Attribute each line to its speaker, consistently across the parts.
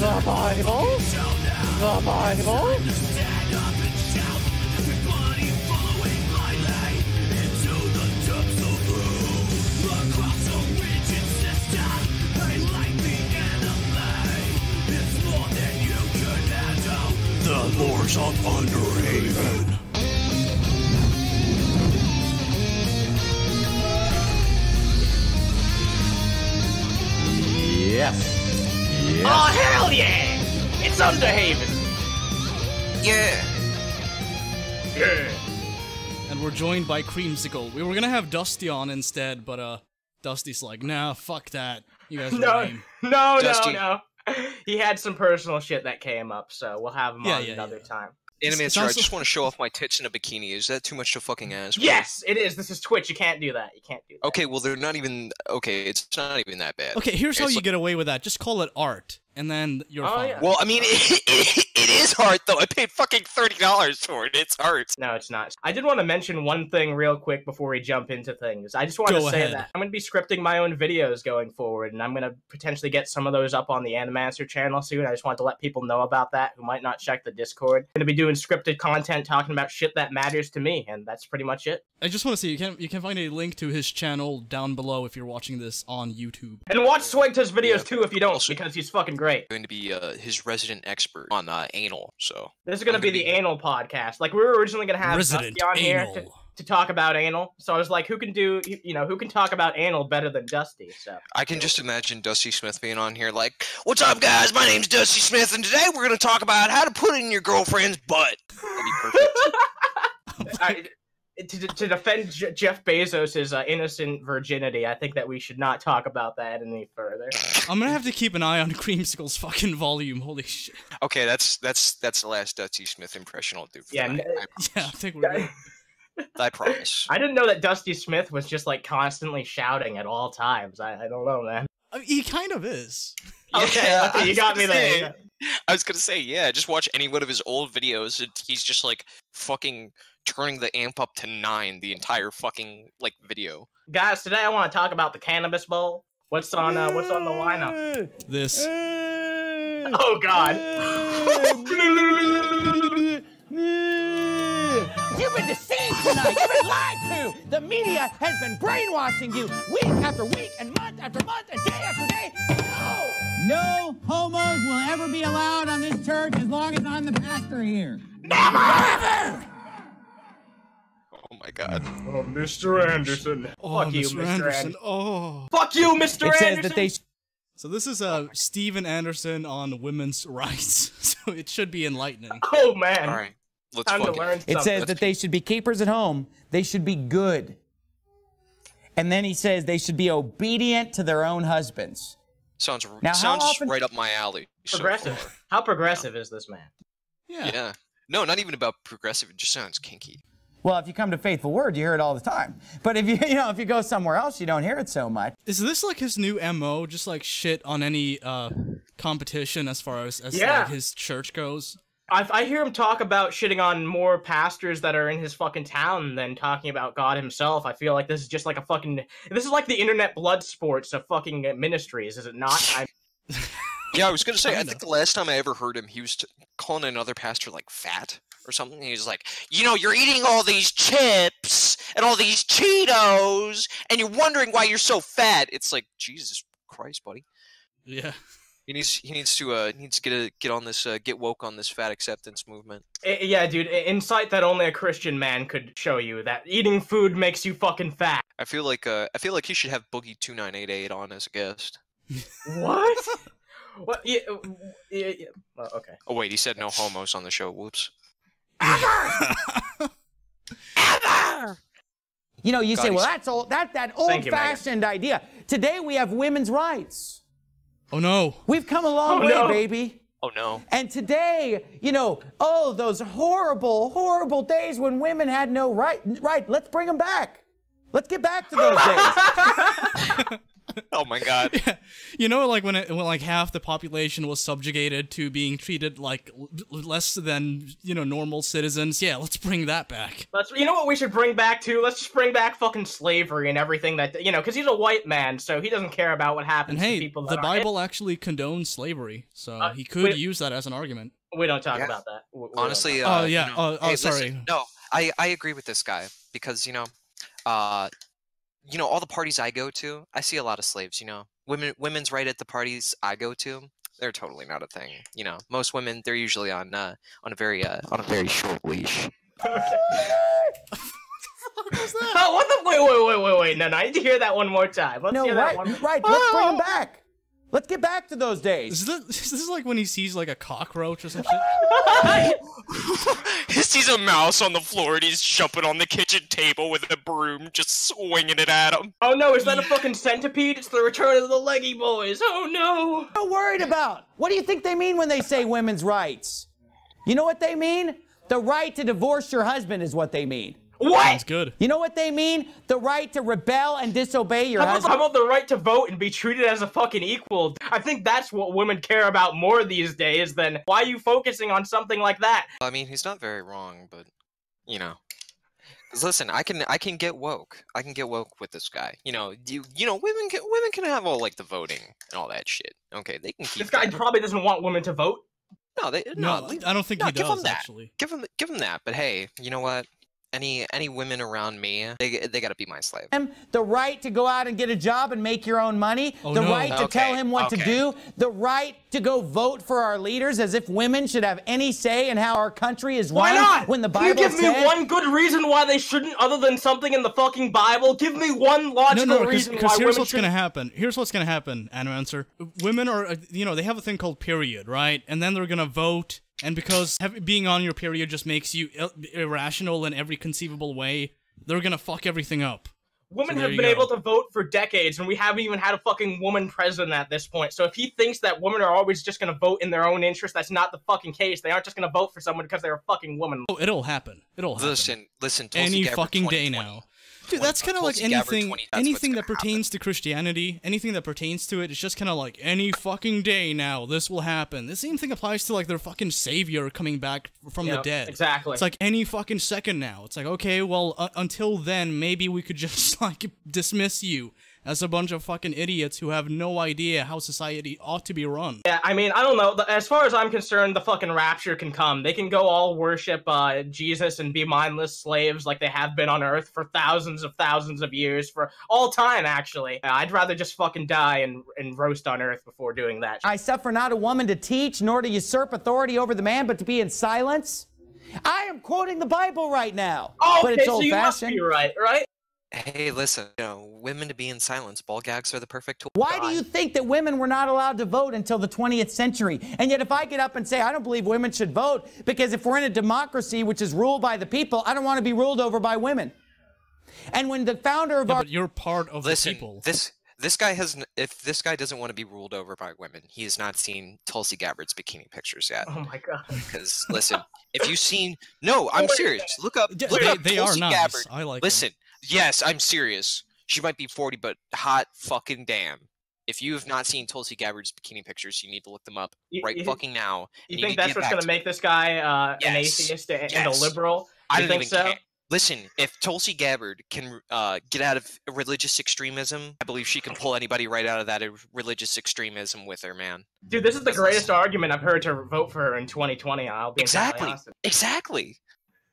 Speaker 1: The Bible? The Bible?
Speaker 2: The Lords of Underhaven.
Speaker 3: Yes. Yes.
Speaker 4: Oh hell yeah! It's Underhaven.
Speaker 5: Yeah.
Speaker 6: and we're joined by Creamsicle. We were gonna have Dusty on instead, but uh, Dusty's like, nah, fuck that. You guys are
Speaker 4: No,
Speaker 6: lame.
Speaker 4: no, no,
Speaker 5: Dusty.
Speaker 4: no. He had some personal shit that came up, so we'll have him
Speaker 6: Yeah,
Speaker 4: on
Speaker 6: yeah,
Speaker 4: another
Speaker 6: yeah.
Speaker 4: time.
Speaker 5: Anime
Speaker 6: It's-
Speaker 5: Answer, I
Speaker 6: it's
Speaker 5: just
Speaker 6: also-
Speaker 5: want to show off my tits in a bikini. Is that too much to fucking ask? for?
Speaker 4: Yes, it is. This is Twitch. You can't do that. You can't do that.
Speaker 5: Okay, well, they're not even. Okay, it's not even that bad.
Speaker 6: Okay, here's how
Speaker 5: It's
Speaker 6: you
Speaker 5: like-
Speaker 6: get away with that. Just call it art, and then you're
Speaker 4: Oh,
Speaker 6: fine.
Speaker 4: yeah.
Speaker 5: Well, I mean, it, it, it is art, though. I paid fucking $30 for it. It's art.
Speaker 4: No, it's not. I did want to mention one thing real quick before we jump into things. I just want to
Speaker 6: Go
Speaker 4: say
Speaker 6: ahead.
Speaker 4: that I'm going to be scripting my own videos going forward, and I'm going to potentially get some of those up on the Animancer channel soon. I just wanted to let people know about that who might not check the Discord. going to be doing scripted content talking about shit that matters to me, and that's pretty much it.
Speaker 6: I just want to say you can you can find a link to his channel down below if you're watching this on YouTube.
Speaker 4: And watch Swigta's videos
Speaker 5: Yeah.
Speaker 4: too if you don't,
Speaker 5: Also-
Speaker 4: because he's fucking great.
Speaker 5: Going to be uh, his resident expert on uh, anal, so.
Speaker 4: This is going to
Speaker 5: I'm
Speaker 4: be
Speaker 5: gonna
Speaker 4: the
Speaker 5: be-
Speaker 4: anal podcast. Like, we were originally going to have
Speaker 6: Resident
Speaker 4: Dusty on
Speaker 6: anal.
Speaker 4: here to, to talk about anal. So I was like, who can do, you you know, who can talk about anal better than Dusty? So.
Speaker 5: I can just imagine Dusty Smith being on here like, What's up, guys? My name's Dusty Smith, and today we're going to talk about how to put it in your girlfriend's butt. That'd be perfect.
Speaker 4: I, to, to defend Je- Jeff Bezos' uh, innocent virginity, I think that we should not talk about that any further.
Speaker 6: I'm gonna have to keep an eye on Creamsicle's fucking volume. Holy shit!
Speaker 5: okay, that's that's that's the last Dusty Smith impression I'll do for
Speaker 4: Yeah,
Speaker 5: tonight.
Speaker 6: Yeah, I think we're. good.
Speaker 5: I, I promise.
Speaker 4: I didn't know that Dusty Smith was just like constantly shouting at all times. I, I don't know, man.
Speaker 6: I mean, Uh, he kind of is.
Speaker 4: Okay,
Speaker 5: I
Speaker 4: okay, you
Speaker 5: was
Speaker 4: got
Speaker 5: gonna
Speaker 4: me
Speaker 5: say-
Speaker 4: there.
Speaker 5: I was gonna say, yeah, just watch any one of his old videos. And he's just like fucking turning the amp up to nine the entire fucking like video.
Speaker 4: Guys, today I want to talk about the cannabis bowl. What's on uh, what's on the lineup?
Speaker 6: This.
Speaker 4: Oh god.
Speaker 7: Mm. You've been deceived tonight. You've been lied to. The media has been brainwashing you week after week and month after month and day
Speaker 5: Oh,
Speaker 7: after day. No! No homos will ever be allowed on this church as long as I'm the pastor here.
Speaker 5: Oh my god.
Speaker 8: Oh, Mr. Anderson.
Speaker 6: Oh,
Speaker 4: Fuck you,
Speaker 6: Mr.
Speaker 4: Mr.
Speaker 6: Anderson.
Speaker 4: Anderson.
Speaker 6: Oh.
Speaker 4: Fuck you, Mr.
Speaker 7: It says
Speaker 4: Anderson.
Speaker 7: that they
Speaker 6: So this is uh Steven Anderson on women's rights. So it should be enlightening.
Speaker 4: Oh man.
Speaker 5: All right, let's
Speaker 4: Time to
Speaker 5: fucking.
Speaker 4: learn something.
Speaker 7: It says that they should be keepers at home. They should be good. And then he says they should be obedient to their own husbands.
Speaker 5: Sounds
Speaker 7: Now, how
Speaker 5: sounds
Speaker 7: often-
Speaker 5: right up my alley. so
Speaker 4: progressive.
Speaker 5: far.
Speaker 4: How progressive is this man?
Speaker 6: Yeah.
Speaker 5: Yeah. No, not even about progressive. It just sounds kinky.
Speaker 7: Well, if you come to Faithful Word, you hear it all the time. But if you, you know, if you go somewhere else, you don't hear it so much.
Speaker 6: Is this like his new mo? Just like shit on any uh competition as far as as
Speaker 4: Yeah.
Speaker 6: like, his church goes.
Speaker 4: I, I hear him talk about shitting on more pastors that are in his fucking town than talking about God himself. I feel like this is just like a fucking. This is like the internet blood sports of fucking ministries, is it not? I,
Speaker 5: Yeah, I was gonna say. I
Speaker 6: Kinda.
Speaker 5: think the last time I ever heard him, he was t- calling another pastor like fat or something. and He was like, "You know, you're eating all these chips and all these Cheetos, and you're wondering why you're so fat." It's like Jesus Christ, buddy.
Speaker 6: Yeah.
Speaker 5: He needs he needs to uh needs to get a, get on this uh, get woke on this fat acceptance movement.
Speaker 4: I- eh, yeah, dude, i- insight that only a Christian man could show you that eating food makes you fucking fat.
Speaker 5: I feel like uh I feel like he should have Boogie two nine eight eight on as a guest.
Speaker 4: What? what? Yeah, uh, yeah, yeah. Well, okay.
Speaker 5: Oh wait, he said no homos on the show. Whoops.
Speaker 7: You know, you
Speaker 5: God,
Speaker 7: say, well,
Speaker 5: he's-
Speaker 7: that's old, that that
Speaker 4: Ah! Thank you, Megan.
Speaker 7: old-fashioned idea. Today we have women's rights.
Speaker 6: Oh no.
Speaker 7: We've come a long
Speaker 4: Oh,
Speaker 7: way,
Speaker 4: no.
Speaker 7: baby.
Speaker 5: Oh no.
Speaker 7: And today, you know, oh, those horrible, horrible days when women had no right. Right, let's bring them back. Let's get back to those days.
Speaker 5: Oh my god.
Speaker 6: You know, like when it, when like half the population was subjugated to being treated like l- l- less than you know normal citizens. Yeah, let's bring that back.
Speaker 4: Let's, you know what we should bring back too? Let's just bring back fucking slavery and everything that you know, because he's a white man, so he doesn't care about what happens
Speaker 6: And
Speaker 4: to
Speaker 6: hey,
Speaker 4: people.
Speaker 6: the
Speaker 4: that aren't-
Speaker 6: Bible actually condones slavery, so he could
Speaker 4: wait-
Speaker 6: use that as an argument.
Speaker 4: We don't talk
Speaker 5: Yeah.
Speaker 4: about that. We- we don't
Speaker 5: Honestly, uh,
Speaker 4: talk-
Speaker 6: Oh, yeah,
Speaker 5: you know-
Speaker 6: oh, oh,
Speaker 5: hey, listen,
Speaker 6: sorry.
Speaker 5: no, I I agree with this guy because you know, uh, you know all the parties I go to, I see a lot of slaves. You know, women women's right at the parties I go to, they're totally not a thing. You know, most women they're usually on uh on a very uh on a very short leash.
Speaker 4: oh, what the? Wait, wait, wait, wait, wait! No, no, I need to hear that one more time. Let's
Speaker 7: No,
Speaker 4: hear that
Speaker 7: right,
Speaker 4: one. more- Oh!
Speaker 7: right, let's bring them back. Let's get back to those days.
Speaker 6: Oh! Is this, is this like when he sees like a cockroach or some shit?
Speaker 5: he sees a mouse on the floor and he's jumping on the kitchen table with a broom, just swinging it at him.
Speaker 4: Oh no, is that a fucking centipede? It's the return of the leggy boys. Oh no!
Speaker 7: What are you worried about? What do you think they mean when they say women's rights? You know what they mean? The right to divorce your husband is what they mean.
Speaker 6: Sounds
Speaker 4: What?
Speaker 6: good.
Speaker 7: You know what they mean? The right to rebel and disobey your
Speaker 4: How about, how
Speaker 7: husband.
Speaker 4: about the right to vote and be treated as a fucking equal? I think that's what women care about more these days than why are you focusing on something like that?
Speaker 5: I mean, he's not very wrong, but you know. 'Cause listen, I can I can get woke. I can get woke with this guy. You know, you you know, women can women can have all like the voting and all that shit. Okay, they can keep.
Speaker 4: This guy
Speaker 5: that.
Speaker 4: probably doesn't want women to vote.
Speaker 5: No, they no.
Speaker 6: No,
Speaker 5: leave-
Speaker 6: I don't think
Speaker 5: no,
Speaker 6: he
Speaker 5: give him
Speaker 6: does
Speaker 5: that.
Speaker 6: actually.
Speaker 5: Give him give him that. But hey, you know what? Any any women around me, they g- they gotta be my slave.
Speaker 7: The right to go out and get a job and make your own money.
Speaker 6: Oh,
Speaker 7: the
Speaker 6: no.
Speaker 7: right to tell
Speaker 5: Okay,
Speaker 7: him what to
Speaker 5: okay.
Speaker 7: do. The right to go vote for our leaders as if women should have any say in how our country is
Speaker 4: Why
Speaker 7: run.
Speaker 4: not?
Speaker 7: When the
Speaker 4: Can you
Speaker 7: Bible
Speaker 4: give
Speaker 7: said,
Speaker 4: me one good reason why they shouldn't, other than something in the fucking Bible? Give me one
Speaker 6: No,
Speaker 4: logical
Speaker 6: no,
Speaker 4: reason
Speaker 6: because
Speaker 4: why
Speaker 6: here's
Speaker 4: women
Speaker 6: what's
Speaker 4: should.
Speaker 6: gonna happen. Here's what's gonna happen, Anomancer. Women are, uh, you know, they have a thing called period, right? And then they're gonna vote, and because hav- being on your period just makes you il- irrational in every conceivable way, they're gonna fuck everything up. So
Speaker 4: Women
Speaker 6: there
Speaker 4: have
Speaker 6: you
Speaker 4: been
Speaker 6: go.
Speaker 4: able to vote for decades, and we haven't even had a fucking woman president at this point. So if he thinks that women are always just gonna vote in their own interest, that's not the fucking case. They aren't just gonna vote for someone because they're a fucking woman.
Speaker 6: Oh, it'll happen. It'll happen.
Speaker 5: Listen, listen. Tulsi
Speaker 6: Any
Speaker 5: Gabbard
Speaker 6: fucking day
Speaker 5: 2020.
Speaker 6: now. Dude, that's kind of like
Speaker 5: Tulsi Gabbard
Speaker 6: anything,
Speaker 5: 20, that's what's
Speaker 6: anything
Speaker 5: gonna
Speaker 6: that pertains to Christianity, anything that pertains to it, it's just kind of like any fucking day now, this will happen. The same thing applies to like their fucking savior coming back from the
Speaker 4: Yep,
Speaker 6: dead.
Speaker 4: exactly.
Speaker 6: It's like any fucking second now. It's like okay, well, uh, until then, maybe we could just like dismiss you as a bunch of fucking idiots who have no idea how society ought to be run.
Speaker 4: Yeah, I mean, I don't know. The- As far as I'm concerned, the fucking rapture can come. They can go all worship uh, Jesus and be mindless slaves like they have been on Earth for thousands of thousands of years, for all time, actually. Uh, I'd rather just fucking die and, and roast on Earth before doing that.
Speaker 7: I suffer not a woman to teach, nor to usurp authority over the man, but to be in silence. I am quoting the Bible right now.
Speaker 4: Oh,
Speaker 7: but
Speaker 4: okay,
Speaker 7: it's
Speaker 4: so
Speaker 7: old
Speaker 4: you must
Speaker 7: fashioned.
Speaker 4: be right, right?
Speaker 5: Hey, listen. You know, women to be in silence. Ball gags are the perfect tool.
Speaker 7: Why do you think that women were not allowed to vote until the 20th century? And yet, if I get up and say, I don't believe women should vote, because if we're in a democracy which is ruled by the people, I don't want to be ruled over by women. And when the founder of
Speaker 6: Yeah,
Speaker 7: our
Speaker 6: but you're part of
Speaker 5: Listen,
Speaker 6: the people.
Speaker 5: this this guy has. n- If this guy doesn't want to be ruled over by women, he has not seen Tulsi Gabbard's bikini pictures yet.
Speaker 4: Oh my god.
Speaker 5: Because listen, if you've seen, no, I'm serious. Look up,
Speaker 6: Yeah,
Speaker 5: look
Speaker 6: they-
Speaker 5: up
Speaker 6: they are
Speaker 5: Tulsi
Speaker 6: nice.
Speaker 5: Gabbard.
Speaker 6: I like them.
Speaker 5: Listen, yes, I'm serious. She might be 40, but hot fucking damn. If you have not seen Tulsi Gabbard's bikini pictures, you need to look them up
Speaker 4: You-
Speaker 5: right
Speaker 4: you-
Speaker 5: fucking now.
Speaker 4: You
Speaker 5: and
Speaker 4: think
Speaker 5: need to
Speaker 4: that's
Speaker 5: get
Speaker 4: what's
Speaker 5: back
Speaker 4: going to
Speaker 5: me.
Speaker 4: make this guy uh, an
Speaker 5: Yes.
Speaker 4: atheist and, and
Speaker 5: Yes.
Speaker 4: a liberal?
Speaker 5: I
Speaker 4: you
Speaker 5: don't
Speaker 4: think
Speaker 5: even
Speaker 4: so?
Speaker 5: care. Listen, if Tulsi Gabbard can uh, get out of religious extremism, I believe she can pull anybody right out of that uh, religious extremism with her, man.
Speaker 4: Dude, this is the
Speaker 5: That's-
Speaker 4: greatest argument I've heard to vote for her in 2020. I'll be entirely
Speaker 5: Exactly.
Speaker 4: honest with
Speaker 5: Exactly.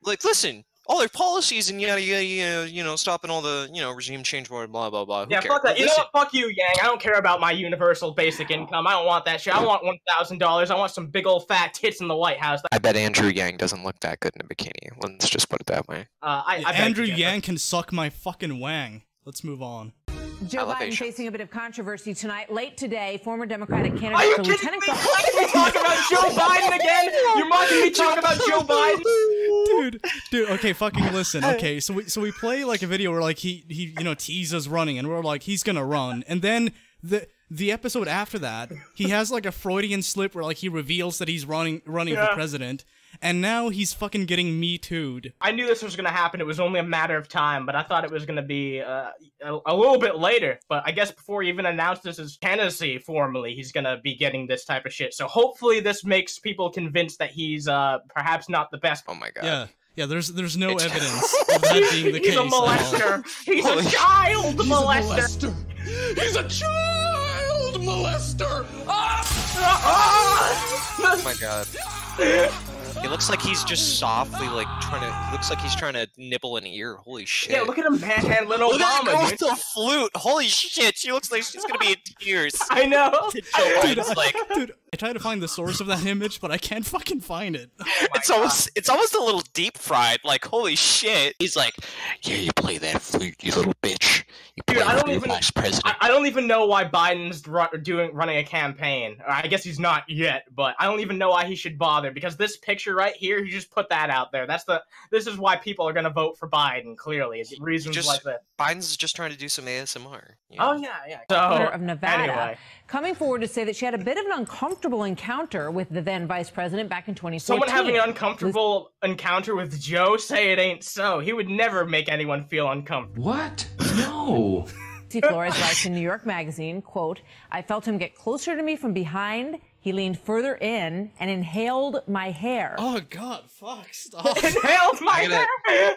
Speaker 5: Like, listen, all their policies and yada yada yada, you know, stopping all the you know regime change, blah blah blah. blah. Who
Speaker 4: you. Yeah,
Speaker 5: cares?
Speaker 4: fuck that. You know
Speaker 5: Listen,
Speaker 4: what? Fuck you, Yang. I don't care about my universal basic income. I don't want that shit. I want $1,000. I want some big old fat tits in the White House. Uh,
Speaker 5: I bet Andrew Yang doesn't look that good in a bikini. Let's just put it that way.
Speaker 4: Uh, I, I bet
Speaker 6: Andrew
Speaker 4: you get
Speaker 6: Yang can suck my fucking wang. Let's move on.
Speaker 9: Joe Biden
Speaker 5: Elevation.
Speaker 9: facing a bit of controversy tonight. Late today, former Democratic candidate
Speaker 4: Are you
Speaker 9: for
Speaker 4: kidding
Speaker 9: lieutenant
Speaker 4: me?
Speaker 9: governor.
Speaker 4: Why did we talk about Joe Biden again? You're mocking me talk about Joe Biden?
Speaker 6: dude dude okay fucking listen okay so we so we play like a video where like he he you know teases running and we're like he's gonna run and then the the episode after that, he has like a Freudian slip where like he reveals that he's running running
Speaker 4: Yeah.
Speaker 6: for president, and now he's fucking getting me too'd.
Speaker 4: I knew this was going to happen. It was only a matter of time, but I thought it was going to be uh, a, a little bit later. But I guess before he even announced this as candidacy formally, he's going to be getting this type of shit. So hopefully, this makes people convinced that he's uh, perhaps not the best.
Speaker 5: Oh my god.
Speaker 6: Yeah, yeah. There's there's no evidence of that being the
Speaker 4: He's
Speaker 6: case.
Speaker 4: a
Speaker 6: at all.
Speaker 4: molester. He's a child molester.
Speaker 2: molester. He's a child molester.
Speaker 4: Ah!
Speaker 5: Oh my god. It looks like he's just softly like trying to. Looks like he's trying to nibble an ear. Holy shit!
Speaker 4: Yeah, look at him manhandling
Speaker 5: Look at that girl
Speaker 4: Obama,
Speaker 5: with
Speaker 4: dude.
Speaker 5: the flute. Holy shit! She looks like she's gonna be in tears.
Speaker 4: I know.
Speaker 5: To Joe Biden's like
Speaker 6: Dude, I tried to find the source of that image, but I can't fucking find it.
Speaker 5: it's almost it's almost a little deep fried. Like holy shit! He's like, yeah, you play that flute, you little bitch. You play
Speaker 4: Dude, I
Speaker 5: with
Speaker 4: don't
Speaker 5: your
Speaker 4: even-
Speaker 5: vice president.
Speaker 4: I, I don't even know why Biden's ru- doing running a campaign. Or I guess he's not yet, but I don't even know why he should bother because this picture right here, he just put that out there. That's the this is why people are going to vote for Biden. Clearly, is reasons
Speaker 5: just-
Speaker 4: like this.
Speaker 5: Biden's just trying to do some ASMR. you know?
Speaker 4: Oh yeah, yeah. So
Speaker 9: governor of Nevada,
Speaker 4: anyway,
Speaker 9: coming forward to say that she had a bit of an uncomfortable encounter with the then vice president back in 2014.
Speaker 4: someone having an uncomfortable encounter with Joe, say it ain't so. He would never make anyone feel uncomfortable.
Speaker 3: What? No.
Speaker 9: Lucy Flores writes in New York Magazine, quote, I felt him get closer to me from behind. He leaned further in and inhaled my hair.
Speaker 6: Oh god, fuck, stop.
Speaker 4: Inhaled my
Speaker 5: I gotta-
Speaker 4: hair.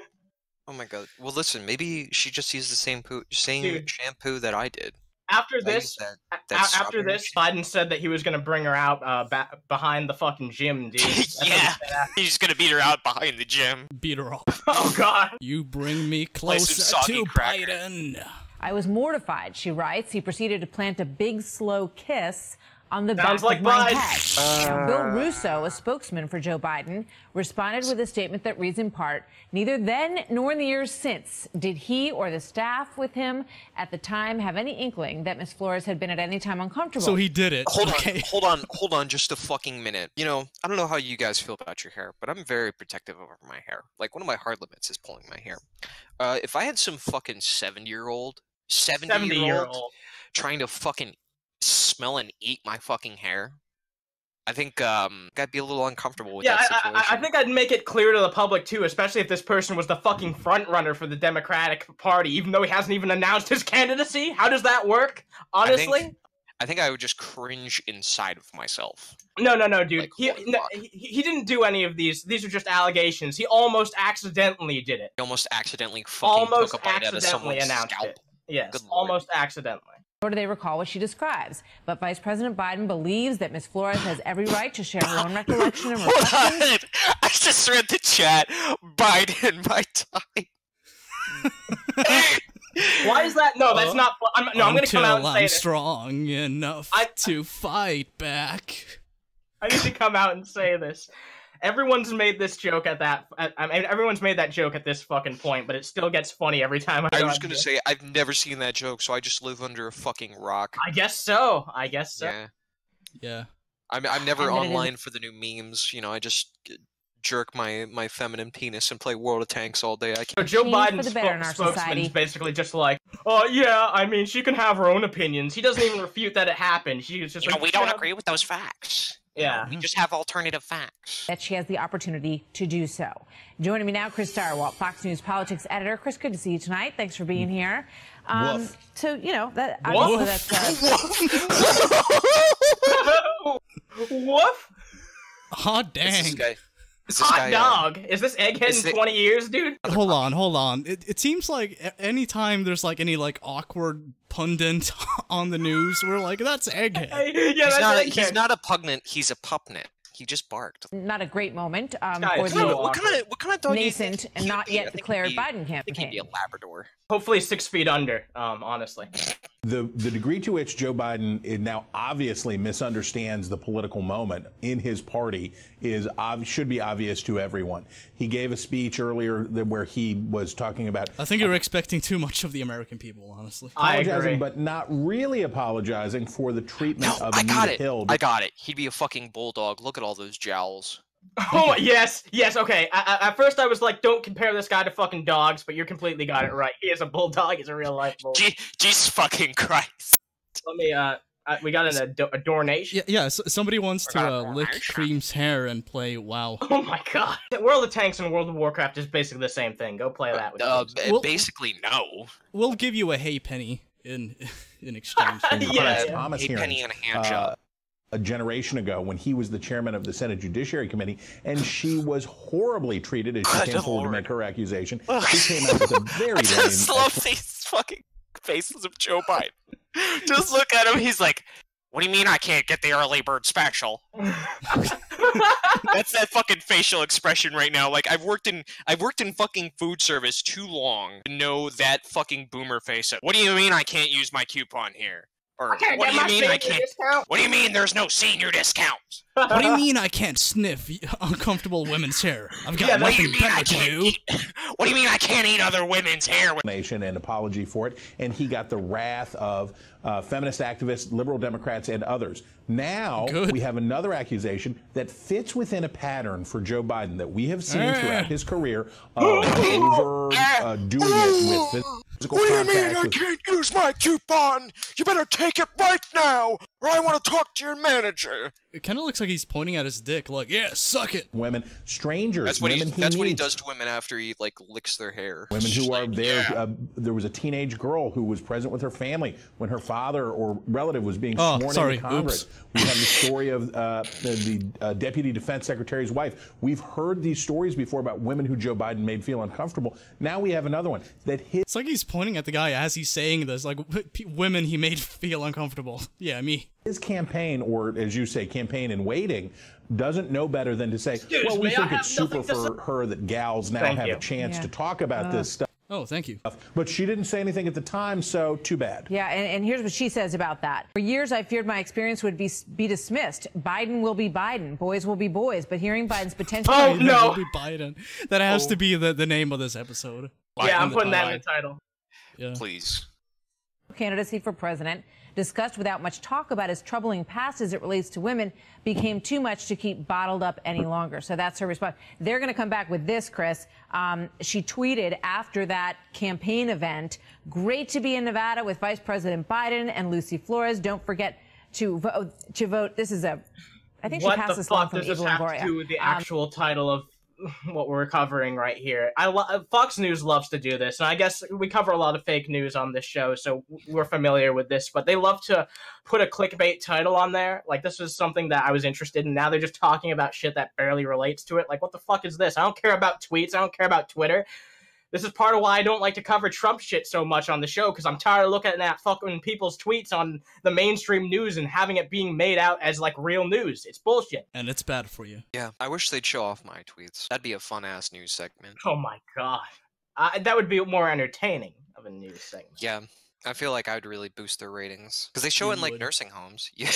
Speaker 5: Oh my god. Well, listen, maybe she just used the same poo- same
Speaker 4: Dude.
Speaker 5: shampoo that I did.
Speaker 4: After
Speaker 5: I
Speaker 4: this,
Speaker 5: used that.
Speaker 4: A-
Speaker 5: That
Speaker 4: after
Speaker 5: strawberry
Speaker 4: this, Biden said that he was going to bring her out uh, ba- behind the fucking gym, dude. That's what he
Speaker 5: yeah,
Speaker 4: said after-
Speaker 5: he's gonna beat her out behind the gym.
Speaker 6: Beat her up.
Speaker 4: Oh god.
Speaker 6: You bring me
Speaker 5: some
Speaker 6: closer
Speaker 5: soggy
Speaker 6: to
Speaker 5: cracker.
Speaker 6: Biden.
Speaker 9: I was mortified, she writes. He proceeded to plant a big, slow kiss on the back
Speaker 4: Sounds like Uh.
Speaker 9: of my
Speaker 4: Biden.
Speaker 9: head. Now, Bill Russo, a spokesman for Joe Biden, responded with a statement that reads in part, neither then nor in the years since did he or the staff with him at the time have any inkling that Ms. Flores had been at any time uncomfortable.
Speaker 6: So he did it.
Speaker 5: Hold on,
Speaker 6: okay.
Speaker 5: hold on, hold on, just a fucking minute. You know, I don't know how you guys feel about your hair, but I'm very protective over my hair. Like one of my hard limits is pulling my hair. Uh, if I had some fucking seventy-year-old,
Speaker 4: 70 year
Speaker 5: seventy-year-old
Speaker 4: old.
Speaker 5: trying to fucking smell and eat my fucking hair, I think um, I'd be a little uncomfortable with
Speaker 4: Yeah,
Speaker 5: that
Speaker 4: I,
Speaker 5: situation.
Speaker 4: I, I think I'd make it clear to the public too, especially if this person was the fucking front runner for the Democratic Party, even though he hasn't even announced his candidacy. How does that work?
Speaker 5: I think-
Speaker 4: Honestly,
Speaker 5: I think I would just cringe inside of myself.
Speaker 4: no, no, no, dude.
Speaker 5: Like,
Speaker 4: he,
Speaker 5: holy
Speaker 4: no,
Speaker 5: fuck.
Speaker 4: he he didn't do any of these. These are just allegations. He almost accidentally did it.
Speaker 5: He almost accidentally fucking
Speaker 4: Almost
Speaker 5: took a bite out of
Speaker 4: accidentally
Speaker 5: someone's
Speaker 4: announced
Speaker 5: scalp.
Speaker 4: it. Yes,
Speaker 5: Good lord.
Speaker 4: almost accidentally.
Speaker 9: Nor do they recall what she describes. But Vice President Biden believes that Ms. Flores has every right to share her own recollection and reflection.
Speaker 5: Hold on. I just read the chat. Biden, my time.
Speaker 4: Why is that? No, that's
Speaker 6: Uh,
Speaker 4: not. I'm, no, I'm gonna
Speaker 6: Until
Speaker 4: come out and
Speaker 6: I'm
Speaker 4: say this.
Speaker 6: strong enough
Speaker 4: I-
Speaker 6: to fight back.
Speaker 4: I need to come out and say this. Everyone's made this joke at that. At, I mean, everyone's made that joke at this fucking point, but it still gets funny every time. I,
Speaker 5: I
Speaker 4: go
Speaker 5: was
Speaker 4: out
Speaker 5: gonna
Speaker 4: and do
Speaker 5: say I've never seen that joke, so I just live under a fucking rock.
Speaker 4: it. I guess so. I guess so.
Speaker 5: Yeah,
Speaker 6: Yeah.
Speaker 5: I'm I'm never
Speaker 9: And then it is-
Speaker 5: online for the new memes. You know, I just g- jerk my my feminine penis and play World of Tanks all day. I can't.
Speaker 4: So Joe
Speaker 9: Change for
Speaker 4: Biden's
Speaker 9: the better
Speaker 4: spo-
Speaker 9: in our
Speaker 4: spokesman
Speaker 9: society.
Speaker 4: is basically just like, oh yeah, I mean, she can have her own opinions. He doesn't even refute that it happened. She's just
Speaker 5: You know,
Speaker 4: like,
Speaker 5: we don't
Speaker 4: "Yeah."
Speaker 5: agree with those facts.
Speaker 4: Yeah.
Speaker 5: We just have alternative facts.
Speaker 9: that she has the opportunity to do so. Joining me now, Chris Starwalt, Fox News politics editor. Chris, good to see you tonight. Thanks for being here. Um,
Speaker 8: Woof.
Speaker 9: so, you know, that, obviously that's uh,
Speaker 4: Woof!
Speaker 6: Hot
Speaker 5: Is this
Speaker 6: dang.
Speaker 5: guy? Is this
Speaker 4: Hot
Speaker 5: guy? uh,
Speaker 4: dog. Is this egghead
Speaker 5: is
Speaker 4: in
Speaker 5: it-
Speaker 4: 20 years, dude?
Speaker 6: Hold on, hold on. It, it seems like a- anytime there's like any like awkward pundit on the news, we're like, that's egghead.
Speaker 4: Hey, yeah,
Speaker 5: He's
Speaker 4: that's
Speaker 5: not, a,
Speaker 4: egghead.
Speaker 5: he's not a pugnant. He's a pupnet. He just barked.
Speaker 9: not a great moment um,
Speaker 4: Guys,
Speaker 9: for
Speaker 4: come
Speaker 5: What,
Speaker 9: the
Speaker 4: on.
Speaker 5: what kind of what kind of dog do you think
Speaker 9: nascent and
Speaker 5: he'd
Speaker 9: not
Speaker 5: be? I
Speaker 9: yet
Speaker 5: think he'd
Speaker 9: declared
Speaker 5: be-
Speaker 9: Biden
Speaker 5: I think he'd be
Speaker 9: campaign.
Speaker 5: a Labrador.
Speaker 4: Hopefully six feet under. Um, honestly.
Speaker 10: The, the degree to which Joe Biden is now obviously misunderstands the political moment in his party is ob- should be obvious to everyone. He gave a speech earlier that, where he was talking about
Speaker 6: I think you're expecting too much of the American people, honestly.
Speaker 4: I agree.
Speaker 10: apologizing, but not really apologizing for the treatment
Speaker 5: No,
Speaker 10: of
Speaker 5: I
Speaker 10: Anita
Speaker 5: got it.
Speaker 10: Hill.
Speaker 5: I got it. He'd be a fucking bulldog. Look at all those jowls.
Speaker 4: Oh my- yes, yes. Okay. I, I, at first, I was like, "Don't compare this guy to fucking dogs," but you completely got it right. He is a bulldog. He's a real life bulldog.
Speaker 5: Je- Jesus fucking Christ.
Speaker 4: Let me. Uh, Uh, we got an ad- adornation.
Speaker 6: Yeah, yeah so somebody wants to uh, lick Cream's hair and play WoW.
Speaker 4: Oh my god. World of Tanks and World of Warcraft is basically the same thing. Go play that with
Speaker 5: Uh,
Speaker 4: kids.
Speaker 5: ba-
Speaker 6: Well-
Speaker 5: basically, no.
Speaker 6: We'll give you a hey penny in in exchange. for that.
Speaker 4: Yeah.
Speaker 10: Thomas
Speaker 5: a
Speaker 10: hearings,
Speaker 5: penny and a hand
Speaker 10: uh,
Speaker 5: job.
Speaker 10: a generation ago when he was the chairman of the Senate Judiciary Committee, and she was horribly treated as
Speaker 5: Good
Speaker 10: she came forward to
Speaker 5: lord.
Speaker 10: make her accusation. She came out with a very
Speaker 5: I
Speaker 10: lame
Speaker 5: just love
Speaker 10: explanation.
Speaker 5: these fucking faces of Joe Biden. just look at him. He's like, "What do you mean I can't get the early bird special?" That's that fucking facial expression right now. Like I've worked in I've worked in fucking food service too long to know that fucking boomer face. Of, what do you mean I can't use my coupon here? Or what do you mean I can't? What do you mean there's no senior discount?
Speaker 6: What do you mean I can't sniff uncomfortable women's hair? I've got
Speaker 4: Yeah,
Speaker 5: What do you
Speaker 6: nothing
Speaker 5: mean I
Speaker 6: better to
Speaker 5: can't?
Speaker 6: do.
Speaker 5: Eat, what do you mean I can't eat other women's hair? With,
Speaker 10: explanation and apology for it, and he got the wrath of uh, feminist activists, liberal Democrats, and others. Now
Speaker 6: Good.
Speaker 10: we have another accusation that fits within a pattern for Joe Biden that we have seen
Speaker 6: Eh.
Speaker 10: throughout his career of over uh, doing it with physical contact. with-
Speaker 5: can't use my coupon? You better take it right now, or I want to talk to your manager.
Speaker 6: It kind of looks like he's pointing at his dick, like, yeah, suck it.
Speaker 10: Women, strangers,
Speaker 5: That's what he,
Speaker 10: women he
Speaker 5: that's what he
Speaker 10: meets.
Speaker 5: does to women after he like licks their hair.
Speaker 10: Women who are there.
Speaker 5: yeah.
Speaker 10: Uh, there was a teenage girl who was present with her family when her father or relative was being
Speaker 6: Oh,
Speaker 10: sworn
Speaker 6: sorry.
Speaker 10: into Congress. We have the story of uh, the, the uh, deputy defense secretary's wife. We've heard these stories before about women who Joe Biden made feel uncomfortable. Now we have another one that his
Speaker 6: It's like he's pointing at the guy as he's saying this, like w- p- women he made feel uncomfortable. Yeah, me.
Speaker 10: his campaign, or as you say, campaign in waiting, doesn't know better than to say, "Well, we
Speaker 4: me, I
Speaker 10: think
Speaker 4: have
Speaker 10: it's super
Speaker 4: nothing to
Speaker 10: for her that gals now
Speaker 4: Thank
Speaker 10: have
Speaker 4: you.
Speaker 10: a chance
Speaker 9: Yeah.
Speaker 10: to talk about this stuff."
Speaker 6: Oh, thank you.
Speaker 10: But she didn't say anything at the time, so too bad.
Speaker 9: Yeah, and, and here's what she says about that. For years, I feared my experience would be be dismissed. Biden will be Biden. Boys will be boys. But hearing Biden's potential.
Speaker 4: Oh,
Speaker 6: Biden
Speaker 4: no.
Speaker 6: will be Biden. That has to be the, the name of this episode.
Speaker 4: yeah, I'm putting that in the title.
Speaker 5: Please.
Speaker 9: candidacy for president, discussed without much talk about his troubling past as it relates to women, became too much to keep bottled up any longer. So that's her response. They're going to come back with this, Chris. Um, she tweeted after that campaign event, great to be in Nevada with Vice President Biden and Lucy Flores. Don't forget to vote, to vote. This is a, I think she
Speaker 4: What
Speaker 9: passed
Speaker 4: the
Speaker 9: this law
Speaker 4: fuck
Speaker 9: from
Speaker 4: does this
Speaker 9: Evil and
Speaker 4: have to
Speaker 9: Gloria. Um,
Speaker 4: do with the actual title of what we're covering right here? I lo- uh, Fox News loves to do this, and I guess we cover a lot of fake news on this show, so we're familiar with this. But they love to put a clickbait title on there. Like this was something that I was interested in. Now they're just talking about shit that barely relates to it. Like what the fuck is this? I don't care about tweets. I don't care about Twitter. This is part of why I don't like to cover Trump shit so much on the show because I'm tired of looking at fucking people's tweets on the mainstream news and having it being made out as like real news. It's bullshit.
Speaker 6: And it's bad for you.
Speaker 5: Yeah, I wish they'd show off my tweets. That'd be a fun ass news segment.
Speaker 4: Oh my god, I, that would be more entertaining of a news segment.
Speaker 5: Yeah, I feel like I'd really boost their ratings because they show
Speaker 6: You
Speaker 5: in like
Speaker 6: would.
Speaker 5: nursing homes. Yeah,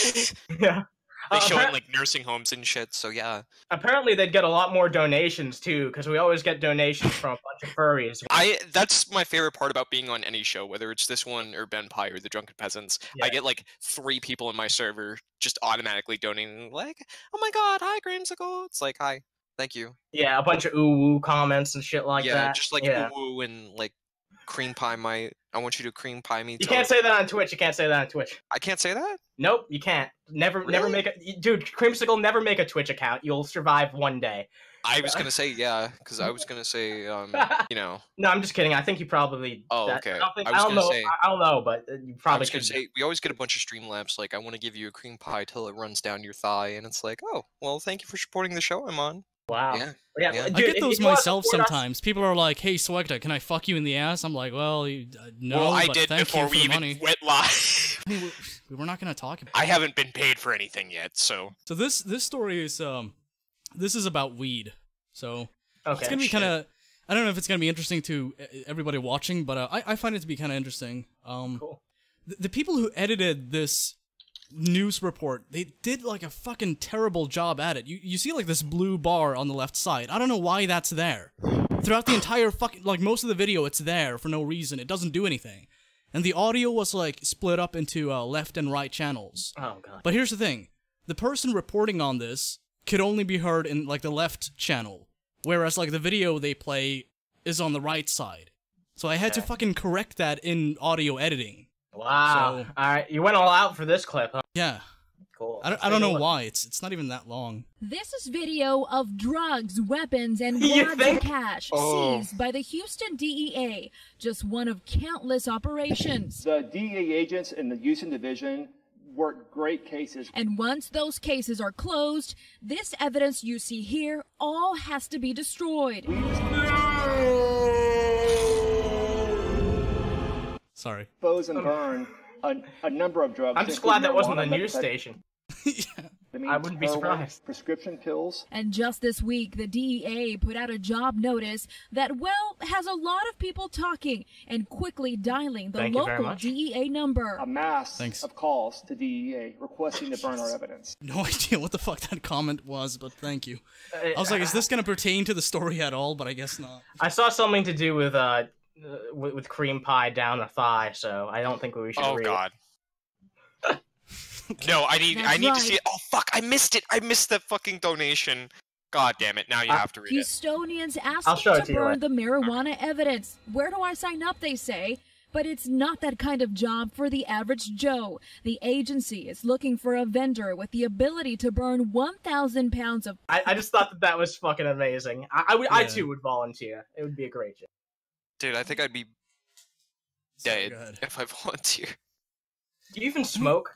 Speaker 4: Yeah.
Speaker 5: they
Speaker 4: Uh,
Speaker 5: show
Speaker 4: appar-
Speaker 5: in like nursing homes and shit. So yeah,
Speaker 4: apparently they'd get a lot more donations too, because we always get donations from a bunch of furries.
Speaker 5: I that's my favorite part about being on any show, whether it's this one or Ben Pye or The Drunken Peasants.
Speaker 4: Yeah.
Speaker 5: I get like three people in my server just automatically donating. Like, oh my god, hi Gramsicle. It's like hi, thank you.
Speaker 4: Yeah, a bunch of ooh woo comments and shit like
Speaker 5: yeah,
Speaker 4: that.
Speaker 5: just like
Speaker 4: yeah.
Speaker 5: woo and like cream pie my. I want you to cream pie me.
Speaker 4: You
Speaker 5: till-
Speaker 4: can't say that on Twitch. You can't say that on Twitch.
Speaker 5: I can't say that.
Speaker 4: Nope, you can't. Never, never
Speaker 5: Really?
Speaker 4: make a y- dude. Creamsicle, never make a Twitch account. You'll survive one day.
Speaker 5: I was gonna say yeah, because I was gonna say um, you know,
Speaker 4: No, I'm just kidding. I think you probably.
Speaker 5: Oh,
Speaker 4: that- I
Speaker 5: okay.
Speaker 4: don't, think,
Speaker 5: I
Speaker 4: I
Speaker 5: was
Speaker 4: don't
Speaker 5: gonna
Speaker 4: know.
Speaker 5: say-
Speaker 4: I I don't know, but uh, you
Speaker 5: I
Speaker 4: probably
Speaker 5: was gonna
Speaker 4: could.
Speaker 5: say we always get a bunch of stream laps like I want to give you a cream pie till it runs down your thigh, and it's like, oh, well, thank you for supporting the show I'm on.
Speaker 4: wow.
Speaker 5: Yeah,
Speaker 4: Yeah,
Speaker 5: yeah. I
Speaker 4: Uh, dude,
Speaker 6: I
Speaker 4: if
Speaker 6: get those
Speaker 4: you wanna
Speaker 6: myself
Speaker 4: support us-
Speaker 6: sometimes. People are like, "Hey, Swagda, can I fuck you in the ass?" I'm like, "Well, you- uh, no,
Speaker 5: well, I
Speaker 6: but
Speaker 5: did
Speaker 6: thank
Speaker 5: before
Speaker 6: you for
Speaker 5: we
Speaker 6: the
Speaker 5: even
Speaker 6: money."
Speaker 5: went live.
Speaker 6: I mean, we- we were not going to talk about.
Speaker 5: I haven't been paid for anything yet, so
Speaker 6: So this this story is um, this is about weed. So
Speaker 4: Okay.
Speaker 6: it's gonna be kind of I don't know if it's gonna be interesting to uh, everybody watching, but uh, I I find it to be kind of interesting. Um,
Speaker 4: Cool.
Speaker 6: th- the people who edited this news report they did like a fucking terrible job at it. You you see like this blue bar on the left side. I don't know why that's there. Throughout the entire fucking like most of the video, it's there for no reason. It doesn't do anything. And the audio was like split up into uh, left and right channels.
Speaker 4: Oh god.
Speaker 6: But here's the thing: the person reporting on this could only be heard in like the left channel, whereas like the video they play is on the right side. So I had to fucking correct that in audio editing.
Speaker 4: Wow.
Speaker 6: So-
Speaker 4: All right, you went all out for this clip, huh?
Speaker 6: Yeah.
Speaker 4: Cool.
Speaker 6: I don't,
Speaker 4: Let's
Speaker 6: I
Speaker 4: take
Speaker 6: don't
Speaker 4: a
Speaker 6: know
Speaker 4: look.
Speaker 6: why. It's it's not even that long.
Speaker 11: This is video of drugs, weapons, and
Speaker 6: You
Speaker 11: wads of
Speaker 6: think?
Speaker 11: cash
Speaker 6: Oh.
Speaker 11: seized by the Houston DEA. Just one of countless operations.
Speaker 12: The DEA agents in the Houston division work great cases.
Speaker 11: And once those cases are closed, this evidence you see here all has to be destroyed.
Speaker 6: Sorry.
Speaker 12: Expose and burn a, a number of drugs.
Speaker 4: Oh. I'm just glad that wasn't the
Speaker 12: including
Speaker 4: news
Speaker 12: marijuana, but-
Speaker 4: station.
Speaker 12: I wouldn't
Speaker 4: be
Speaker 12: Prescription pills.
Speaker 11: And just this week, the DEA put out a job notice that, well, has a lot of people talking and quickly dialing the
Speaker 12: Thank you very
Speaker 11: local
Speaker 12: much.
Speaker 11: DEA number.
Speaker 12: A mass of calls to DEA requesting to burn our evidence.
Speaker 6: No idea what the fuck that comment was, but thank you.
Speaker 4: Uh,
Speaker 6: I was like, is this gonna pertain to the story at all? But I guess not.
Speaker 4: I saw something to do with uh uh, with, with cream pie down the thigh, so I don't think we should.
Speaker 5: Oh,
Speaker 4: read
Speaker 5: God. No, I need I
Speaker 4: That's
Speaker 5: need to see
Speaker 4: right.
Speaker 5: it. Oh fuck, I missed it. I missed the fucking donation. God damn it. Now
Speaker 4: Uh,
Speaker 5: you have to read it.
Speaker 11: Houstonians
Speaker 5: I'll
Speaker 11: asking
Speaker 5: show
Speaker 11: to
Speaker 5: it to you
Speaker 11: burn the
Speaker 5: later.
Speaker 11: marijuana evidence. Where do I sign up? They say. But it's not that kind of job for the average Joe. The agency is looking for a vendor with the ability to burn 1,000 pounds of.
Speaker 4: I, I just thought that that was fucking amazing. I I, would, I too would volunteer. It would be a great job.
Speaker 5: Dude, I think I'd be dead if I volunteer.
Speaker 4: Do you even smoke?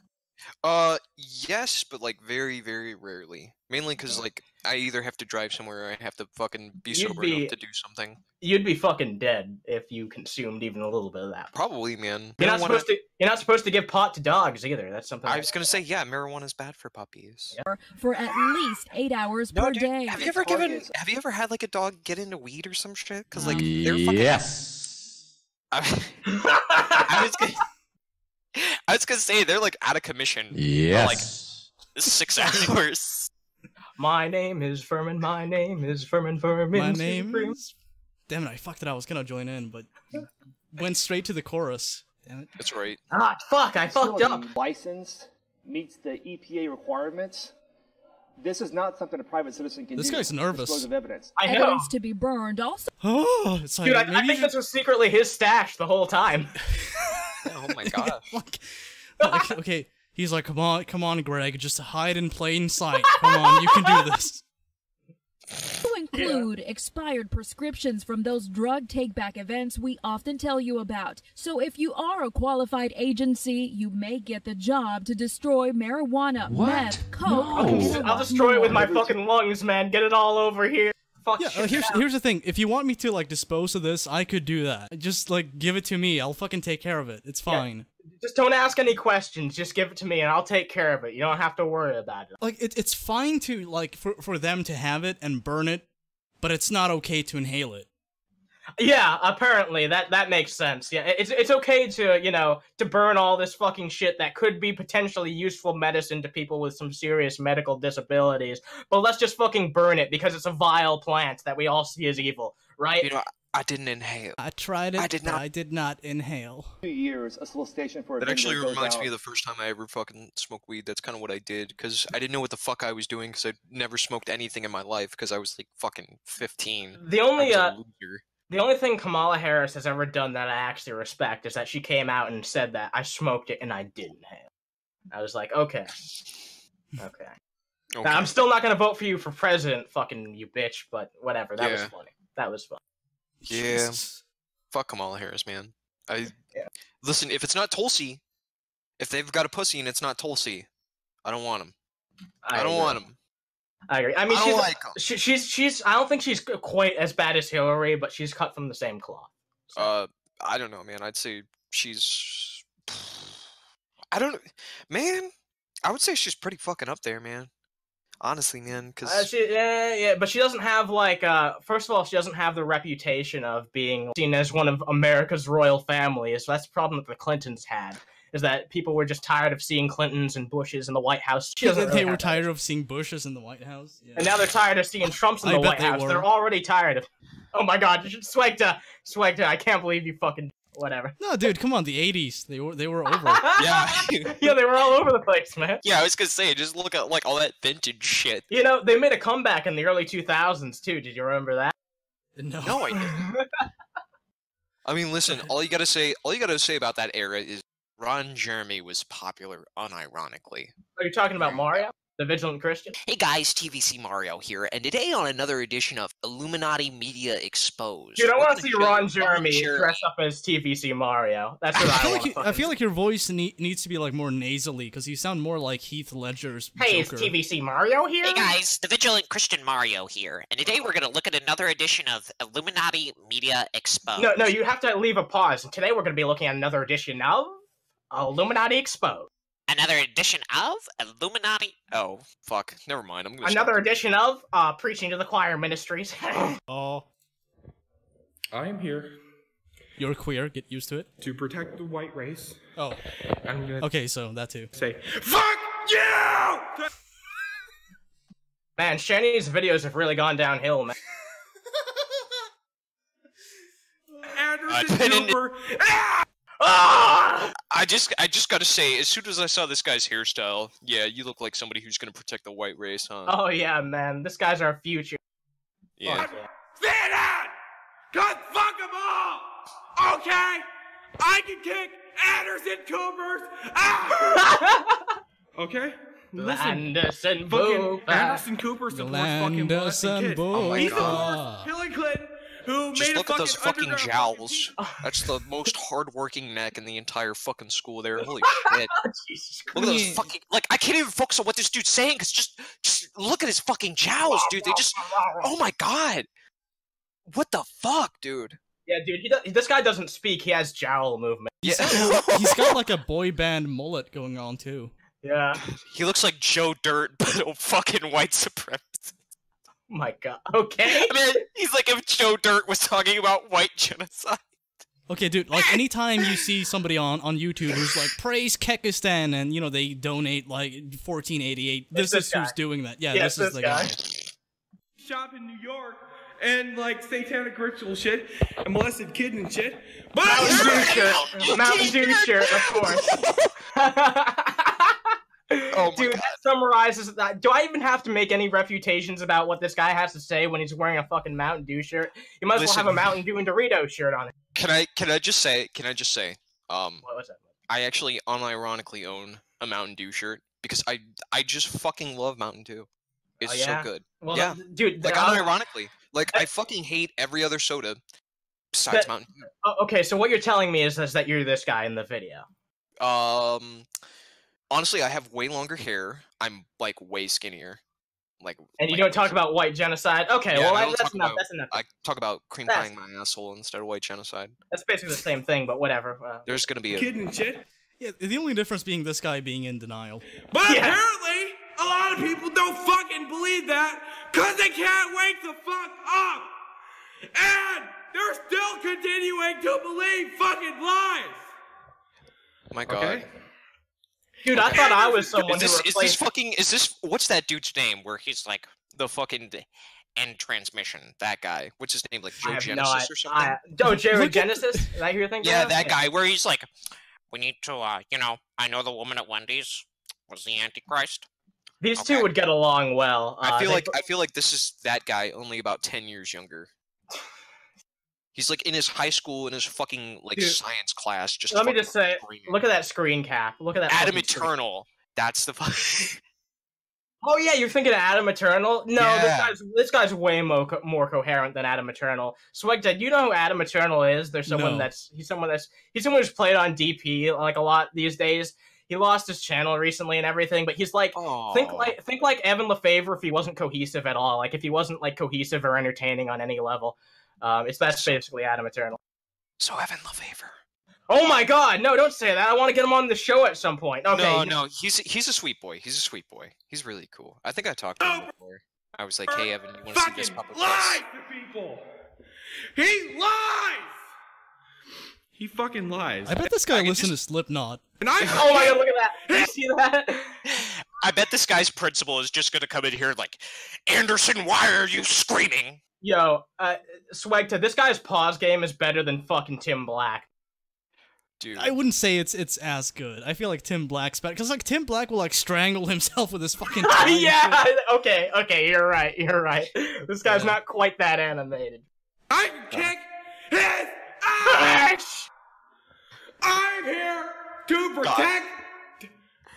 Speaker 5: Uh, yes, but like very, very rarely. Mainly because like I either have to drive somewhere or I have to fucking be
Speaker 4: You'd
Speaker 5: sober
Speaker 4: be-
Speaker 5: enough to do something.
Speaker 4: You'd be fucking dead if you consumed even a little bit of that.
Speaker 5: Probably, man.
Speaker 4: You're not
Speaker 5: Marijuana-
Speaker 4: supposed to. You're not supposed to give pot to dogs either. That's something.
Speaker 5: I was gonna say, yeah, marijuana's bad for puppies.
Speaker 11: For at least eight hours per day.
Speaker 5: Have you ever given? Have you ever had like a dog get into weed or some shit? Because like they're fucking.
Speaker 13: Yes.
Speaker 5: I, I was gonna, I was gonna say they're like out of commission.
Speaker 13: Yes.
Speaker 5: For, like six hours.
Speaker 4: My name is Furman. My name is Furman Furman.
Speaker 6: My name
Speaker 4: Furman.
Speaker 6: is. Damn it! I fucked it. up. I was gonna join in, but went straight to the chorus. Damn it.
Speaker 5: That's right.
Speaker 4: Ah, fuck! I
Speaker 12: fucked up. Licensed meets the EPA requirements. This is not something a private citizen can
Speaker 6: This
Speaker 12: do.
Speaker 6: guy's nervous.
Speaker 12: Explosive evidence.
Speaker 11: Evidence to be burned also.
Speaker 6: Oh, it's like
Speaker 4: Dude, I,
Speaker 6: maybe
Speaker 4: I think this was secretly his stash the whole time.
Speaker 5: oh my god.
Speaker 6: Like, okay, he's like, come on, come on, Greg, just hide in plain sight. Come on, you can do this.
Speaker 11: To include expired prescriptions from those drug take back events we often tell you about. So if you are a qualified agency, you may get the job to destroy marijuana,
Speaker 4: What?
Speaker 11: meth, coke.
Speaker 4: Oh, I'll, destroy it with my fucking lungs, man. Get it all over here. Fuck
Speaker 6: Yeah, uh,
Speaker 4: shit
Speaker 6: here's
Speaker 4: out.
Speaker 6: here's the thing. If you want me to like dispose of this, I could do that. Just like give it to me. I'll fucking take care of it. It's fine.
Speaker 4: Just don't ask any questions. Just give it to me, and I'll take care of it. You don't have to worry about it.
Speaker 6: Like it, it's fine to like for for them to have it and burn it, but it's not okay to inhale it.
Speaker 4: Yeah, apparently that that makes sense. Yeah, it's it's okay to you know to burn all this fucking shit that could be potentially useful medicine to people with some serious medical disabilities, but let's just fucking burn it because it's a vile plant that we all see as evil, right?
Speaker 5: You know, I didn't inhale.
Speaker 6: I tried it.
Speaker 5: I did
Speaker 6: but
Speaker 5: not.
Speaker 6: I did not inhale.
Speaker 12: Two years, a solicitation for. a
Speaker 5: That
Speaker 12: vendor
Speaker 5: actually
Speaker 12: goes
Speaker 5: reminds
Speaker 12: out.
Speaker 5: me of the first time I ever fucking smoked weed. That's kind of what I did because I didn't know what the fuck I was doing because I'd never smoked anything in my life because I was like fucking 15.
Speaker 4: The
Speaker 5: I
Speaker 4: only,
Speaker 5: was a
Speaker 4: uh,
Speaker 5: loser.
Speaker 4: The only thing Kamala Harris has ever done that I actually respect is that she came out and said that I smoked it and I didn't have. I was like, okay, okay. Now,
Speaker 5: Okay.
Speaker 4: I'm still not gonna vote for you for president, fucking you bitch. But whatever. That was
Speaker 5: Yeah.
Speaker 4: funny. That was fun.
Speaker 5: Yeah. Fuck Kamala Harris, man. I listen. If it's not Tulsi, if they've got a pussy and it's not Tulsi, I don't want him. I, don't want him.
Speaker 4: I agree. I mean,
Speaker 5: I don't
Speaker 4: she's,
Speaker 5: like 'em.
Speaker 4: she, she's she's. I don't think she's quite as bad as Hillary, but she's cut from the same cloth.
Speaker 5: Uh, I don't know, man. I'd say she's. I don't, man. I would say she's pretty fucking up there, man. Honestly, man, because
Speaker 4: Uh, she, yeah, yeah, but she doesn't have like. Uh, first of all, she doesn't have the reputation of being seen as one of America's royal families. So that's the problem that the Clintons had. Is that people were just tired of seeing Clintons and Bushes in the White House? She doesn't
Speaker 6: they
Speaker 4: really
Speaker 6: were
Speaker 4: have that.
Speaker 6: tired of seeing bushes in the White House. Yeah.
Speaker 4: And now they're tired of seeing Trumps in
Speaker 6: I
Speaker 4: the
Speaker 6: bet
Speaker 4: White
Speaker 6: they
Speaker 4: House.
Speaker 6: were.
Speaker 4: They're already tired of. Oh my God, Swagta, Swagta, I can't believe you fucking whatever.
Speaker 6: No, dude, come on. The '80s. They were they were over.
Speaker 5: yeah,
Speaker 4: yeah, they were all over the place, man.
Speaker 5: yeah, I was gonna say, just look at like all that vintage shit.
Speaker 4: You know, they made a comeback in the early 2000s too. Did you remember that?
Speaker 6: No.
Speaker 5: No, I didn't. I mean, listen. All you gotta say, all you gotta say about that era is Ron Jeremy was popular unironically.
Speaker 4: Are you talking about Mario, the Vigilant Christian?
Speaker 5: Hey guys, TVC Mario here, and today on another edition of Illuminati Media Exposed.
Speaker 4: Dude, I
Speaker 5: we're
Speaker 4: want
Speaker 5: gonna
Speaker 4: to see
Speaker 5: show
Speaker 4: Ron Jeremy dressed up as TVC Mario. That's what I, want. to
Speaker 6: I feel like your voice ne- needs to be like more nasally because you sound more like Heath Ledger's.
Speaker 4: Hey, it's
Speaker 6: Joker.
Speaker 4: TVC Mario here.
Speaker 5: Hey guys, the Vigilant Christian Mario here, and today we're gonna look at another edition of Illuminati Media
Speaker 6: Uh,
Speaker 5: Exposed.
Speaker 4: No, no, you have to leave a pause. And today we're going to be looking at another edition of Illuminati Exposed.
Speaker 5: Another edition of Illuminati. Oh, fuck. Never mind. I'm gonna.
Speaker 4: Another edition of uh, Preaching to the Choir Ministries.
Speaker 6: oh.
Speaker 13: I am here
Speaker 6: You're queer. Get used to it.
Speaker 13: to protect the white race.
Speaker 6: Oh.
Speaker 13: I'm gonna
Speaker 6: Okay, so that too.
Speaker 13: say
Speaker 4: Fuck you! Man, Shani's videos have really gone downhill, man.
Speaker 13: Anderson Cooper.
Speaker 5: I just, I just gotta say, as soon as I saw this guy's hairstyle, yeah, you look like somebody who's gonna protect the white race, huh?
Speaker 6: Uh.
Speaker 4: Oh yeah, man, this guy's our future.
Speaker 5: Yeah.
Speaker 2: Fit out! God fuck them all! Okay? I can kick Anderson Cooper's ass!
Speaker 13: Okay.
Speaker 4: Anderson
Speaker 13: fucking
Speaker 4: Cooper.
Speaker 13: Anderson Cooper supports fucking molesting kids.
Speaker 6: Oh
Speaker 13: He's
Speaker 5: God.
Speaker 13: supports Hillary Clinton, who
Speaker 5: Just
Speaker 13: made a
Speaker 5: look at
Speaker 13: fucking
Speaker 5: those fucking
Speaker 13: underground-
Speaker 5: jowls. That's the most hardworking neck in the entire fucking school there. Holy shit. Look at those fucking like I can't even focus on what this dude's saying because just just look at his fucking jowls, dude. They just oh my god, what the fuck, dude?
Speaker 4: Yeah, dude, he do- this guy doesn't speak. He has jowl movement.
Speaker 6: He's got, like, he's got like a boy band mullet going on too.
Speaker 4: Yeah.
Speaker 5: He looks like Joe Dirt, but a fucking white supremacist.
Speaker 4: Oh my god. Okay.
Speaker 5: I mean, he's like if Joe Dirt was talking about white genocide.
Speaker 6: Okay, dude. Like anytime you see somebody on on YouTube who's like praise Kekistan and you know they donate like 1488, this,
Speaker 13: this
Speaker 6: is
Speaker 13: guy.
Speaker 6: who's doing that. Yeah,
Speaker 13: Yeah,
Speaker 6: this,
Speaker 13: this
Speaker 6: is the
Speaker 13: guy.
Speaker 6: guy.
Speaker 13: shop in New York and like satanic ritual shit and molested kid and shit. But
Speaker 4: Mountain Dew shirt, of course.
Speaker 5: Oh
Speaker 4: Dude, that summarizes that. Do I even have to make any refutations about what this guy has to say when he's wearing a fucking Mountain Dew shirt? You might as well
Speaker 5: Listen.
Speaker 4: have a Mountain Dew and Dorito shirt on it.
Speaker 5: Can I can I just say can I just say um
Speaker 4: What was that?
Speaker 5: I actually unironically own a Mountain Dew shirt because I I just fucking love Mountain Dew. It's
Speaker 4: Oh, yeah?
Speaker 5: so good.
Speaker 4: Well,
Speaker 5: yeah,
Speaker 4: th- dude,
Speaker 5: Like
Speaker 4: th- I-
Speaker 5: unironically, like I fucking hate every other soda besides
Speaker 4: That-
Speaker 5: Mountain. Dew.
Speaker 4: Oh, okay, so what you're telling me is, is that you're this guy in the video.
Speaker 5: Um, honestly, I have way longer hair. I'm like way skinnier. Like
Speaker 4: And you don't talk about white genocide? Okay, well,
Speaker 5: I
Speaker 4: I-
Speaker 5: don't
Speaker 4: that's
Speaker 5: talk
Speaker 4: enough.
Speaker 5: about-
Speaker 4: That's enough.
Speaker 5: I talk about cream
Speaker 4: That's-
Speaker 5: pieing my asshole instead of white genocide.
Speaker 4: That's basically the same thing, but whatever. Uh,
Speaker 5: There's gonna be a
Speaker 13: shit.
Speaker 6: Yeah, the only difference being this guy being in denial.
Speaker 13: But apparently, a lot of people don't fucking believe that because they can't wake the fuck up. And they're still continuing to believe fucking lies.
Speaker 5: my god.
Speaker 4: Dude, I thought I was someone
Speaker 5: Is this,
Speaker 4: who
Speaker 5: is this
Speaker 4: replaced.
Speaker 5: fucking is this what's that dude's name where he's like the fucking d- end transmission that guy what's his name like Joe
Speaker 4: I have no
Speaker 5: Genesis
Speaker 4: i-
Speaker 5: or something
Speaker 4: I- oh, Jared Genesis? Is that who you're thinking
Speaker 5: yeah
Speaker 4: of?
Speaker 5: that guy where he's like we need to uh you know I know the woman at Wendy's was the Antichrist
Speaker 4: These two would get along well.
Speaker 5: I
Speaker 4: Uh,
Speaker 5: feel
Speaker 4: they-
Speaker 5: like I feel like this is that guy only about ten years younger he's like in his high school in his fucking like
Speaker 4: Dude,
Speaker 5: science class just
Speaker 4: Let me
Speaker 5: fucking
Speaker 4: just say, look at that screen cap. Look at that.
Speaker 5: Adam
Speaker 4: fucking screen-
Speaker 5: Eternal that's the fu-
Speaker 4: Oh yeah, you're thinking of Adam Eternal? No, this
Speaker 5: Yeah.
Speaker 4: guy's this guy's way more co- more coherent than Adam Eternal. Swag Dad, you know who Adam Eternal is? There's someone
Speaker 6: No.
Speaker 4: that's he's someone that's he's someone who's played on DP like a lot these days. He lost his channel recently and everything, but he's like think
Speaker 5: Aw.
Speaker 4: like think like Evan Lefevre if he wasn't cohesive at all, like if he wasn't like cohesive or entertaining on any level. Um, it's that's basically Adam Eternal.
Speaker 5: so Evan Lefevre
Speaker 4: Oh my God! No, don't say that. I want to get him on the show at some point. Okay.
Speaker 5: no, no, he's he's a sweet boy. He's a sweet boy. He's really cool. I think I talked to him before. I was like, hey Evan, you want to see this puppet?
Speaker 13: Lies to people. He lies. He fucking lies.
Speaker 6: I bet this guy listened to Slipknot.
Speaker 13: And I
Speaker 4: Oh my God! Look at that. Did you see that?
Speaker 5: I bet this guy's principal is just gonna come in here like, Anderson, why are you screaming?
Speaker 4: Yo, uh, Swagta, this guy's pause game is better than fucking Tim Black.
Speaker 5: Dude,
Speaker 6: I wouldn't say it's it's as good. I feel like Tim Black's better because like Tim Black will like strangle himself with his fucking. tongue and
Speaker 4: yeah.
Speaker 6: shit.
Speaker 4: Okay. Okay. You're right. You're right. This guy's not quite that animated.
Speaker 13: I can kick his ass. I'm here to protect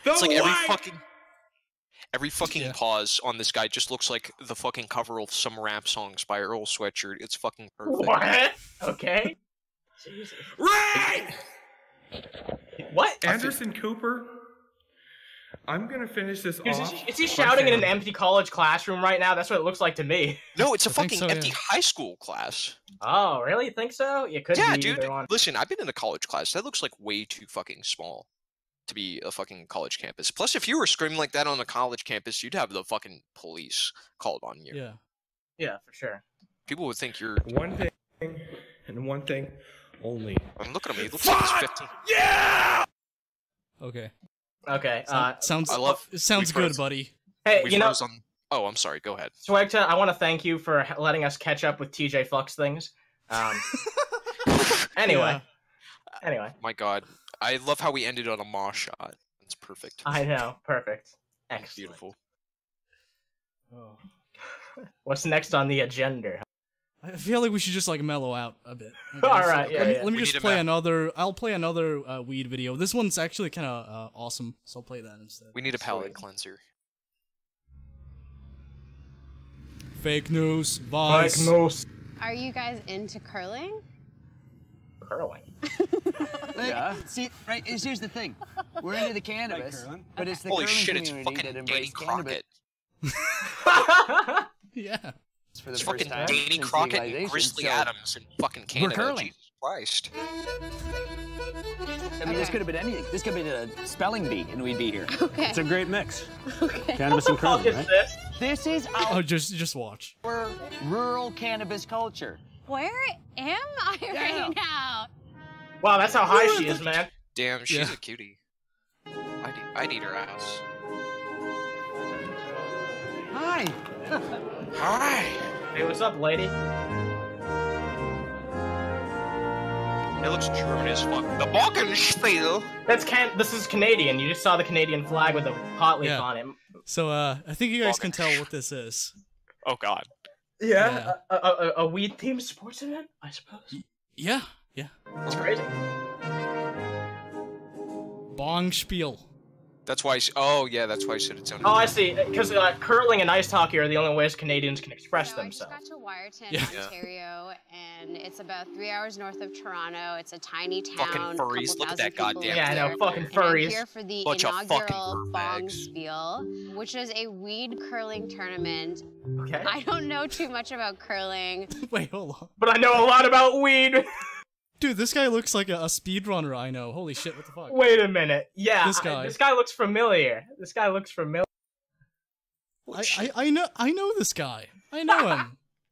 Speaker 13: the
Speaker 5: it's like every
Speaker 13: white
Speaker 5: fucking every fucking pause on this guy just looks like the fucking cover of some rap songs by Earl Sweatshirt. It's fucking perfect.
Speaker 4: What? Okay. Jesus.
Speaker 13: Right!
Speaker 4: What?
Speaker 13: Anderson Cooper. I'm gonna finish this
Speaker 4: Is
Speaker 13: off.
Speaker 4: he, is he
Speaker 13: by
Speaker 4: shouting in an
Speaker 13: saying-
Speaker 4: empty college classroom right now? That's what it looks like to me.
Speaker 5: No, it's a fucking empty high school class.
Speaker 4: Oh, really? You think so? You could
Speaker 5: yeah,
Speaker 4: be
Speaker 5: dude.
Speaker 4: either one.
Speaker 5: Listen, I've been in a college class. That looks like way too fucking small to be a fucking college campus. Plus, if you were screaming like that on a college campus, you'd have the fucking police called on you.
Speaker 6: Yeah.
Speaker 4: Yeah, for sure.
Speaker 5: People would think you're
Speaker 13: one thing and one thing only.
Speaker 5: And look at him. He looks like he's 15.
Speaker 6: Okay.
Speaker 4: Okay.
Speaker 6: Sound-
Speaker 4: uh,
Speaker 6: sounds
Speaker 5: I love.
Speaker 6: it sounds
Speaker 5: we
Speaker 6: good,
Speaker 5: froze-
Speaker 6: buddy.
Speaker 4: Hey,
Speaker 5: we
Speaker 4: you know-
Speaker 5: froze on- oh, I'm sorry. Go ahead.
Speaker 4: Swagta, I want to thank you for h- letting us catch up with TJ Flux things. Um, anyway, anyway,
Speaker 5: My God, I love how we ended on a maw shot. That's perfect.
Speaker 4: I know. Perfect. Excellent.
Speaker 5: Beautiful.
Speaker 6: Oh.
Speaker 4: What's next on the agenda?
Speaker 6: I feel like we should just like mellow out a bit. I
Speaker 4: All
Speaker 6: guess.
Speaker 4: right, yeah,
Speaker 6: Let me,
Speaker 4: yeah.
Speaker 6: let me
Speaker 4: We need
Speaker 6: just
Speaker 4: a
Speaker 6: play
Speaker 4: map.
Speaker 6: another. I'll play another uh, weed video. This one's actually kind of uh, awesome, so I'll play that instead.
Speaker 5: We need a palate cleanser.
Speaker 6: Fake news, Vice.
Speaker 4: news.
Speaker 14: Are you guys into curling?
Speaker 4: Curling.
Speaker 15: yeah. See, right, is- here's the thing. We're into the cannabis, but it's the
Speaker 5: Holy
Speaker 15: curling
Speaker 5: shit! It's
Speaker 15: community
Speaker 5: fucking
Speaker 15: that
Speaker 5: Danny
Speaker 15: embraced
Speaker 5: Crockett.
Speaker 6: yeah.
Speaker 15: for the
Speaker 5: It's
Speaker 15: first
Speaker 5: fucking
Speaker 15: time
Speaker 5: Danny
Speaker 15: since
Speaker 5: Crockett and
Speaker 15: legalization,
Speaker 5: Grizzly
Speaker 15: so-
Speaker 5: Adams in fucking Canada.
Speaker 15: curling.
Speaker 5: Jesus Christ.
Speaker 15: I mean, this could have been anything. This could have been a spelling bee, and we'd be here.
Speaker 14: Okay. It's a
Speaker 15: great mix.
Speaker 14: Okay.
Speaker 15: Cannabis and curling,
Speaker 6: What is right?
Speaker 4: this?
Speaker 15: This is
Speaker 6: Oh,
Speaker 15: our
Speaker 6: just just watch.
Speaker 15: rural cannabis culture.
Speaker 14: Where am I right now?
Speaker 4: Wow, that's how high she is, man.
Speaker 5: Damn, she's
Speaker 4: Yeah.
Speaker 5: a cutie. I'd eat, I'd eat her ass.
Speaker 15: Hi.
Speaker 5: Hi.
Speaker 4: Hey, what's up, lady?
Speaker 5: It looks German as fuck. The Balkenspiel.
Speaker 4: That's can. This is Canadian. You just saw the Canadian flag with a pot leaf
Speaker 6: Yeah.
Speaker 4: on it.
Speaker 6: So uh, I think you guys can tell what this is.
Speaker 5: Oh God.
Speaker 4: Yeah. A, a, a- a weed themed sports event, I suppose.
Speaker 6: Yeah. Yeah.
Speaker 4: That's crazy.
Speaker 6: Bong spiel.
Speaker 5: That's why. I s- oh yeah, that's why I said it sounded.
Speaker 4: Oh, I see. Because uh, curling and ice hockey are the only ways Canadians can express themselves.
Speaker 14: Got to Wyerton,
Speaker 4: Yeah. Yeah.
Speaker 14: Ontario, and it's about three hours north of Toronto. It's a tiny town.
Speaker 5: Fucking furries,
Speaker 14: couple
Speaker 5: look at that goddamn
Speaker 14: thousand people live
Speaker 5: thing. Yeah, I know,
Speaker 14: there,
Speaker 5: fucking
Speaker 14: and I'm
Speaker 5: furries.
Speaker 14: here for the
Speaker 5: Bunch of fucking
Speaker 14: inaugural Bong
Speaker 5: dirtbags.
Speaker 14: Spiel, which is a weed curling tournament.
Speaker 4: Okay.
Speaker 14: I don't know too much about curling.
Speaker 6: Wait, hold on.
Speaker 4: But I know a lot about weed.
Speaker 6: Dude, this guy looks like a, a speedrunner I know. Holy shit, what the fuck?
Speaker 4: Wait a minute. Yeah.
Speaker 6: This
Speaker 4: I-
Speaker 6: guy.
Speaker 4: this guy looks familiar. This guy looks familiar.
Speaker 6: I, I, I know I know this guy. I know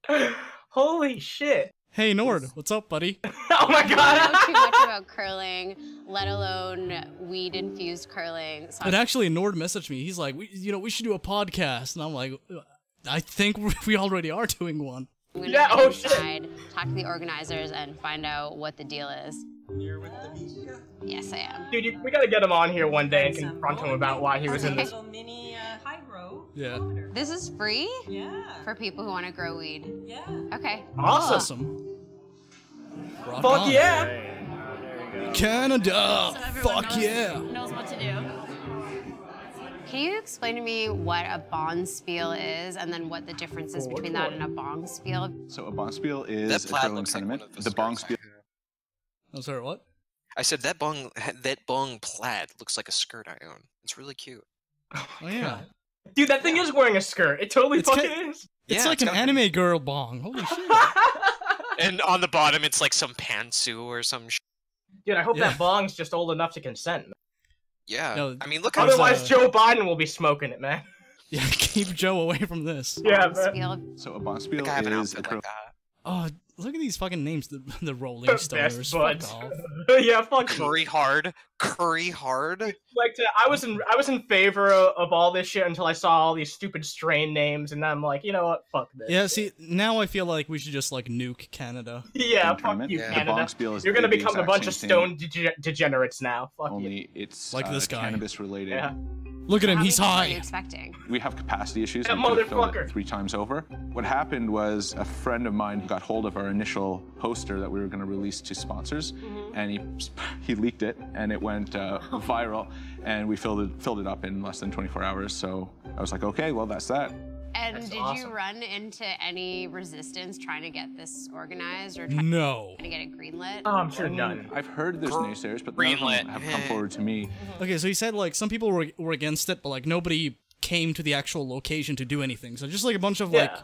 Speaker 6: him.
Speaker 4: Holy shit.
Speaker 6: Hey Nord, what's up, buddy?
Speaker 4: Oh my
Speaker 14: I don't know too much about curling, let alone weed infused curling. So
Speaker 6: And actually, Nord messaged me. He's like, we, you know, we should do a podcast. And I'm like, I think we already are doing one.
Speaker 14: I'm gonna
Speaker 6: Yeah,
Speaker 14: go
Speaker 6: oh
Speaker 14: inside, talk to the organizers, and find out what the deal is. You're with the media? Yes, I am.
Speaker 4: Dude, you, we gotta get him on here one day and confront him about why he was in this.
Speaker 14: mini uh, high road.
Speaker 6: Yeah.
Speaker 14: This is free? Yeah. For people who want to grow weed. Yeah. Okay.
Speaker 6: Rock
Speaker 4: Fuck
Speaker 6: on.
Speaker 4: yeah.
Speaker 6: Canada.
Speaker 14: So everyone
Speaker 6: Fuck
Speaker 14: knows-
Speaker 6: yeah.
Speaker 14: Knows what to do. Can you explain to me what a bond spiel is, and then what the difference is between that and a bong spiel?
Speaker 16: So a bong spiel is
Speaker 5: That
Speaker 16: a
Speaker 5: plaid
Speaker 16: curling
Speaker 5: looks like
Speaker 16: tournament. the bong spiel.
Speaker 6: I'm sorry, what?
Speaker 5: I said that bong that bong plaid looks like a skirt I own. It's really cute.
Speaker 6: Oh yeah.
Speaker 4: Dude, that thing is wearing a skirt. It totally
Speaker 6: It's
Speaker 4: fucking
Speaker 6: ca-
Speaker 4: is.
Speaker 6: It's like an anime girl bong. Holy shit.
Speaker 5: And on the bottom, it's like some pantsu or some. Sh-
Speaker 4: Dude, I hope
Speaker 5: Yeah.
Speaker 4: that bong's just old enough to consent. man.
Speaker 5: yeah.
Speaker 6: No,
Speaker 5: I mean, look how. uh,
Speaker 4: Otherwise, Joe Biden will be smoking it, man.
Speaker 6: Yeah, keep Joe away from this.
Speaker 16: So a bong spiel
Speaker 6: have an
Speaker 16: is a curling.
Speaker 6: Oh, look at these fucking names. The, the Rolling Stoners. Fuck
Speaker 4: buds.
Speaker 6: off.
Speaker 4: yeah, fuck
Speaker 5: Curry hard. Curry hard.
Speaker 4: Like to, I was in I was in favor of, of all this shit until I saw all these stupid strain names, and I'm like, you know what? Fuck this.
Speaker 6: Yeah, see, now I feel like we should just like nuke Canada.
Speaker 4: Yeah, fuck
Speaker 16: tournament.
Speaker 4: you,
Speaker 16: The
Speaker 4: Canada.
Speaker 16: Bonk Spiel is
Speaker 4: You're gonna
Speaker 16: the
Speaker 4: become a
Speaker 16: exact
Speaker 4: bunch
Speaker 16: same
Speaker 4: of stone dege- degenerates now. Fuck you.
Speaker 16: Only it's
Speaker 4: Like
Speaker 16: uh,
Speaker 4: this guy.
Speaker 16: cannabis related.
Speaker 4: Yeah.
Speaker 6: Look at him, he's
Speaker 14: What are you
Speaker 6: high.
Speaker 14: expecting?
Speaker 16: We have capacity issues.
Speaker 4: That
Speaker 16: we could've filled it
Speaker 4: motherfucker.
Speaker 16: Three times over. What happened was a friend of mine got hold
Speaker 4: Mm-hmm.
Speaker 16: of our initial poster that we were going to release to sponsors, and he he leaked it, and it went. went uh, viral, and we filled it filled it up in less than 24 hours. So I was like, okay, well that's that.
Speaker 14: And
Speaker 16: That's
Speaker 14: did
Speaker 16: awesome.
Speaker 14: you run into any resistance trying to get this organized or
Speaker 16: No.
Speaker 14: trying to get it greenlit?
Speaker 16: Oh, I've heard there's naysayers, but none of them have come forward to me.
Speaker 6: Okay, so he said like some people were were against it, but like nobody came to the actual location to do anything. So just like a bunch of like
Speaker 4: Yeah.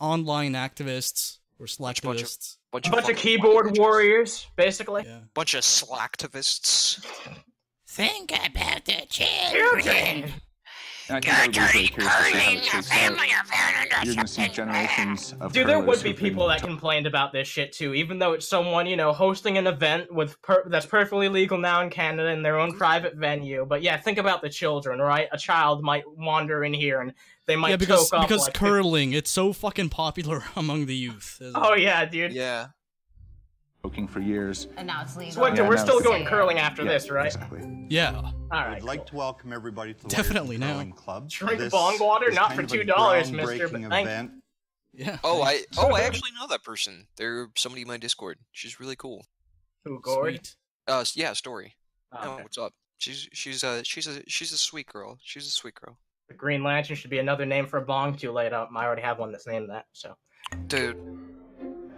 Speaker 6: online activists or slacktivists.
Speaker 4: bunch, of keyboard warriors, basically.
Speaker 5: Bunch of slacktivists.
Speaker 1: Think about the
Speaker 4: children.
Speaker 16: And I think everybody's really curious to see how it shakes out. You're going to see generations of
Speaker 4: Dude, there would
Speaker 16: hurlers
Speaker 4: be
Speaker 16: who've been
Speaker 4: people that complained about this shit too, even though it's someone you know hosting an event with per- that's perfectly legal now in Canada in their own private venue. But yeah, think about the children, right? A child might wander in here and they might
Speaker 6: yeah, because
Speaker 4: choke up
Speaker 6: because
Speaker 4: like,
Speaker 6: curling, it's so fucking popular among the youth. isn't
Speaker 4: Oh
Speaker 6: it?
Speaker 4: yeah, dude.
Speaker 5: Yeah.
Speaker 16: poking for years.
Speaker 14: And now it's legal.
Speaker 4: So wait,
Speaker 16: Yeah,
Speaker 4: we're
Speaker 16: now
Speaker 4: still
Speaker 16: it's-
Speaker 4: going curling after
Speaker 16: Yeah,
Speaker 4: this, right?
Speaker 6: Yeah.
Speaker 4: All right.
Speaker 17: I'd like to welcome everybody to the
Speaker 6: Definitely
Speaker 17: Warriors
Speaker 6: now.
Speaker 17: Curling Club.
Speaker 4: Drink
Speaker 17: This
Speaker 4: bong water?
Speaker 17: is
Speaker 4: Not
Speaker 17: kind
Speaker 4: for
Speaker 17: of a
Speaker 4: $2, mister, but
Speaker 17: groundbreaking
Speaker 4: thank you.
Speaker 17: event.
Speaker 6: Yeah.
Speaker 5: Oh, I oh I actually know that person. They're somebody in my Discord. She's really cool.
Speaker 4: Who, Gord?
Speaker 5: Uh, s- yeah, story.
Speaker 4: Oh,
Speaker 5: No,
Speaker 4: okay.
Speaker 5: what's up? She's she's a she's a she's a sweet girl. She's a sweet girl.
Speaker 4: The Green Lantern should be another name for a bong too late. I I already have one that's named that. So
Speaker 5: Dude.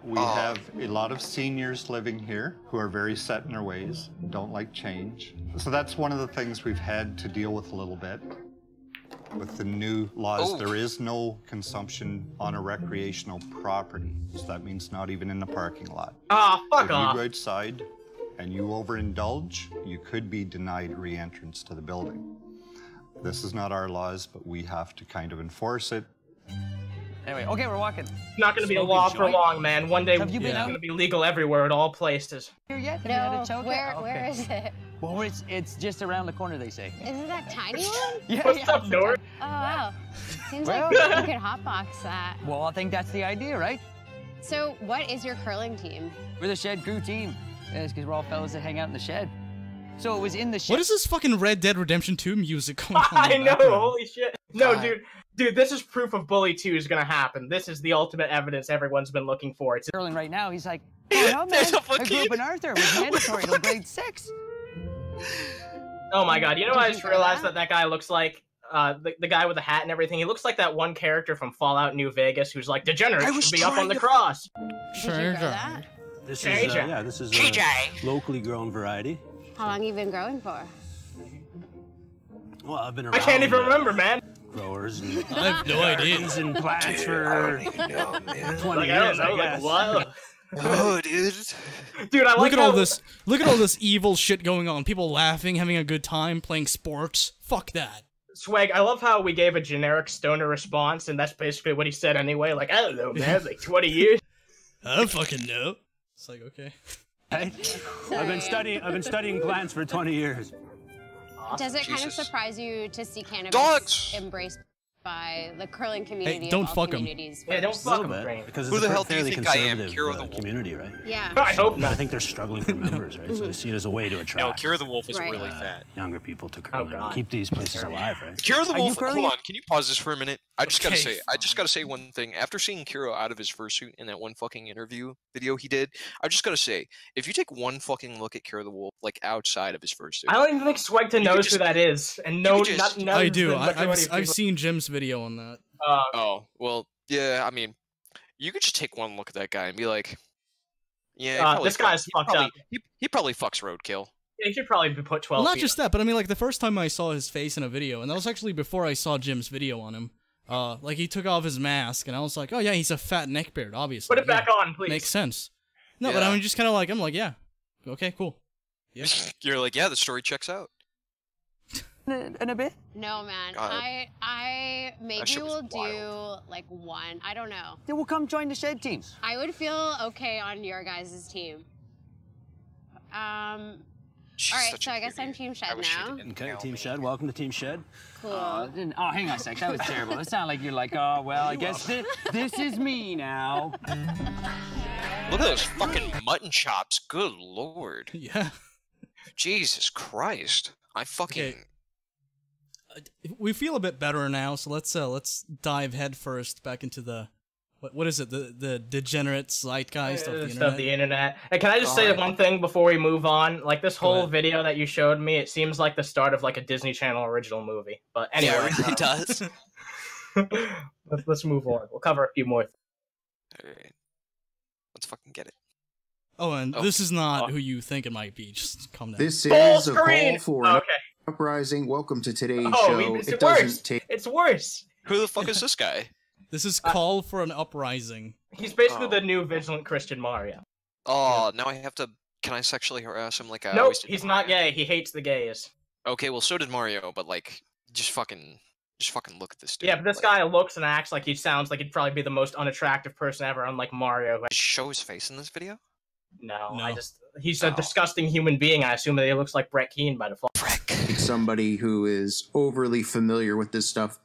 Speaker 17: We have a lot of seniors living here who are very set in their ways, don't like change. So that's one of the things we've had to deal with a little bit. With the new laws,
Speaker 5: Oh.
Speaker 17: there is no consumption on a recreational property. So that means not even in the parking lot.
Speaker 4: Ah,
Speaker 17: if you go outside and you overindulge, you could be denied re-entrance to the building. This is not our laws, but we have to kind of enforce it.
Speaker 15: Anyway, okay, we're walking.
Speaker 4: it's not going to be a
Speaker 15: Smoke a
Speaker 4: law for
Speaker 15: joint?
Speaker 4: long, man. One day
Speaker 15: Have you been
Speaker 4: it's
Speaker 15: out?
Speaker 4: going to be legal everywhere at all places.
Speaker 15: Here yet? Have you had
Speaker 14: No,
Speaker 15: a token?
Speaker 14: where,
Speaker 15: Oh, okay.
Speaker 14: where is it?
Speaker 15: Well, it's it's just around the corner. They say.
Speaker 14: Isn't that tiny one?
Speaker 15: Yeah, What's yeah. up, Nord?
Speaker 14: Oh, wow. Seems
Speaker 15: Well-
Speaker 14: like you could hotbox that.
Speaker 15: Well, I think that's the idea, right?
Speaker 14: So, what is your curling team?
Speaker 15: We're the shed crew team. It's because we're all fellas that hang out in the shed. So it was in the shed.
Speaker 6: What is this fucking Red Dead Redemption 2 music going on?
Speaker 4: I
Speaker 6: in the
Speaker 4: know,
Speaker 6: background?
Speaker 4: holy shit. No,
Speaker 6: God.
Speaker 4: dude, dude, this is proof of Bully 2 is gonna happen. This is the ultimate evidence everyone's been looking for. It's
Speaker 15: curling right now. He's like, oh, no, man. I grew up in Arthur. It was mandatory till grade six.
Speaker 4: Oh my god, you know what I
Speaker 15: Did
Speaker 4: just
Speaker 15: you
Speaker 4: realized that that guy looks like? Uh, the, the guy with the hat and everything. He looks like that one character from Fallout New Vegas who's like,
Speaker 1: I
Speaker 4: degenerate
Speaker 1: was
Speaker 4: should be up on
Speaker 1: trying
Speaker 4: the
Speaker 1: to-
Speaker 4: cross.
Speaker 1: Sure. This is uh,
Speaker 4: JJ.
Speaker 1: yeah, this is a locally grown variety.
Speaker 14: How long you been growing for?
Speaker 1: Well, I've been around
Speaker 4: I can't even remember, man.
Speaker 1: growers and
Speaker 6: I have no idea.
Speaker 1: gardens and plants
Speaker 6: Dude,
Speaker 1: for
Speaker 6: I don't even know, man.
Speaker 1: 20
Speaker 6: Like, I don't
Speaker 1: years, I,
Speaker 6: know, like,
Speaker 1: guess.
Speaker 6: what?
Speaker 5: Oh, dude.
Speaker 4: Dude, I
Speaker 6: look
Speaker 4: like
Speaker 6: at all
Speaker 4: how-
Speaker 6: this. Look at all this evil shit going on. People laughing, having a good time, playing sports. Fuck that.
Speaker 4: Swag, I love how we gave a generic stoner response, and that's basically what he said anyway. Like, I don't know, man, like 20 years.
Speaker 6: I don't fucking know. It's like okay.
Speaker 1: I've been studying. I've been studying plants for 20 years.
Speaker 14: Does it kind of
Speaker 1: Jesus.
Speaker 14: surprise you to see cannabis embraced by the curling community?
Speaker 1: Hey,
Speaker 14: of
Speaker 1: don't
Speaker 14: all
Speaker 1: fuck 'em.
Speaker 14: communities
Speaker 4: Yeah, don't
Speaker 14: first?
Speaker 4: fuck
Speaker 1: A little
Speaker 4: 'em,
Speaker 1: bit,
Speaker 4: Brain.
Speaker 1: because
Speaker 5: Who
Speaker 1: it's a
Speaker 5: the hell
Speaker 1: fair-
Speaker 5: do you
Speaker 1: fairly
Speaker 5: think I am,
Speaker 1: conservative
Speaker 5: Kira the
Speaker 1: uh,
Speaker 5: Wolf?
Speaker 1: community, right?
Speaker 14: Yeah.
Speaker 1: So,
Speaker 14: I hope
Speaker 1: I think they're struggling for members, right? So they see it as a way to attract Uh,
Speaker 5: Cure the Wolf
Speaker 14: is Right. really
Speaker 5: fat.
Speaker 1: younger people to
Speaker 4: Oh,
Speaker 1: curling and keep these places alive, right?
Speaker 5: Kira the
Speaker 1: Are you
Speaker 5: Wolf. Hold
Speaker 1: curling?
Speaker 5: on, can you pause this for a minute? I just gotta
Speaker 1: Okay,
Speaker 5: say, I just gotta say one thing. After seeing Kira out of his fursuit in that one fucking interview video he did, I just gotta say, if you take one fucking look at Kira the Wolf, like outside of his fursuit,
Speaker 4: I don't even think Swegton knows who that is, and no,
Speaker 5: just-
Speaker 4: not, none
Speaker 6: I
Speaker 4: of
Speaker 6: do.
Speaker 4: the
Speaker 6: I,
Speaker 4: majority
Speaker 6: I've,
Speaker 4: of
Speaker 6: I've
Speaker 4: people-
Speaker 6: seen Jim's video on that.
Speaker 4: Uh,
Speaker 5: oh well, yeah. I mean, you could just take one look at that guy and be like, yeah, he
Speaker 4: Uh,
Speaker 5: probably
Speaker 4: this guy's
Speaker 5: fuck- he
Speaker 4: fucked
Speaker 5: probably-
Speaker 4: up.
Speaker 5: He, he probably fucks roadkill.
Speaker 4: yeah, he should probably be put 12
Speaker 6: Well, not
Speaker 4: feet
Speaker 6: just that, but I mean, like the first time I saw his face in a video, and that was actually before I saw Jim's video on him. Uh, like he took off his mask, and I was like, oh yeah, he's a fat neckbeard, obviously.
Speaker 4: Put it
Speaker 6: yeah.
Speaker 4: back on, please.
Speaker 6: Makes sense. No, but
Speaker 5: Yeah.
Speaker 6: I'm just kind of like, I'm like, yeah, okay, cool.
Speaker 5: You're like, yeah, the story checks out.
Speaker 15: In a bit.
Speaker 14: No, man.
Speaker 5: God.
Speaker 14: I I maybe
Speaker 15: shit was
Speaker 14: we'll do like one. I don't know.
Speaker 15: Then we'll come join the shed team.
Speaker 14: I would feel okay on your guys' team. Um. all right, so I guess I'm Team Shed now.
Speaker 1: Okay, Team Shed. Welcome to Team Shed.
Speaker 14: Cool.
Speaker 15: Oh, then- oh, hang on a sec. That was terrible. It sounded like you're like, oh, well, I guess this, this is me now.
Speaker 5: Look at those fucking mutton chops. Good lord.
Speaker 6: Yeah.
Speaker 5: Jesus Christ. I fucking.
Speaker 6: We feel a bit better now, so let's uh, let's dive headfirst back into the what, what is it? The the degenerate zeitgeist of the
Speaker 4: Stuff
Speaker 6: internet.
Speaker 4: Uh, the internet. And can I just say
Speaker 6: Alright.
Speaker 4: one thing before we move on? Like this whole
Speaker 6: ahead.
Speaker 4: video that you showed me, it seems like the start of like a Disney Channel original movie. But anyway,
Speaker 5: yeah, it really
Speaker 4: um,
Speaker 5: does.
Speaker 4: Let's, let's move on. We'll cover a few more.
Speaker 5: Alright. Let's fucking get it.
Speaker 6: Oh, and
Speaker 5: Oh.
Speaker 6: this is not who you think it might be. Just calm down.
Speaker 18: This series of
Speaker 4: screen!
Speaker 18: Call for an Uprising. Welcome to today's
Speaker 4: Oh,
Speaker 18: show.
Speaker 4: it's
Speaker 18: It
Speaker 4: worse.
Speaker 18: doesn't take.
Speaker 4: It's worse.
Speaker 5: Who the fuck is this guy?
Speaker 6: This is Call for an Uprising.
Speaker 4: Uh, He's basically
Speaker 5: Oh.
Speaker 4: the new vigilant Christian Mario.
Speaker 5: Oh, now I have to. Can I sexually harass him like I
Speaker 4: nope,
Speaker 5: always did?
Speaker 4: he's not gay. He hates the gays.
Speaker 5: Okay, well, so did Mario, but like, just fucking, just fucking look at this dude.
Speaker 4: Yeah, but this guy looks and acts like he sounds like he'd probably be the most unattractive person ever, unlike Mario. Who
Speaker 5: show his face in this video?
Speaker 4: No,
Speaker 18: No.
Speaker 4: I just he's a disgusting human being. I assume that he looks like Brett Keane by default.
Speaker 18: Somebody who is overly familiar with this stuff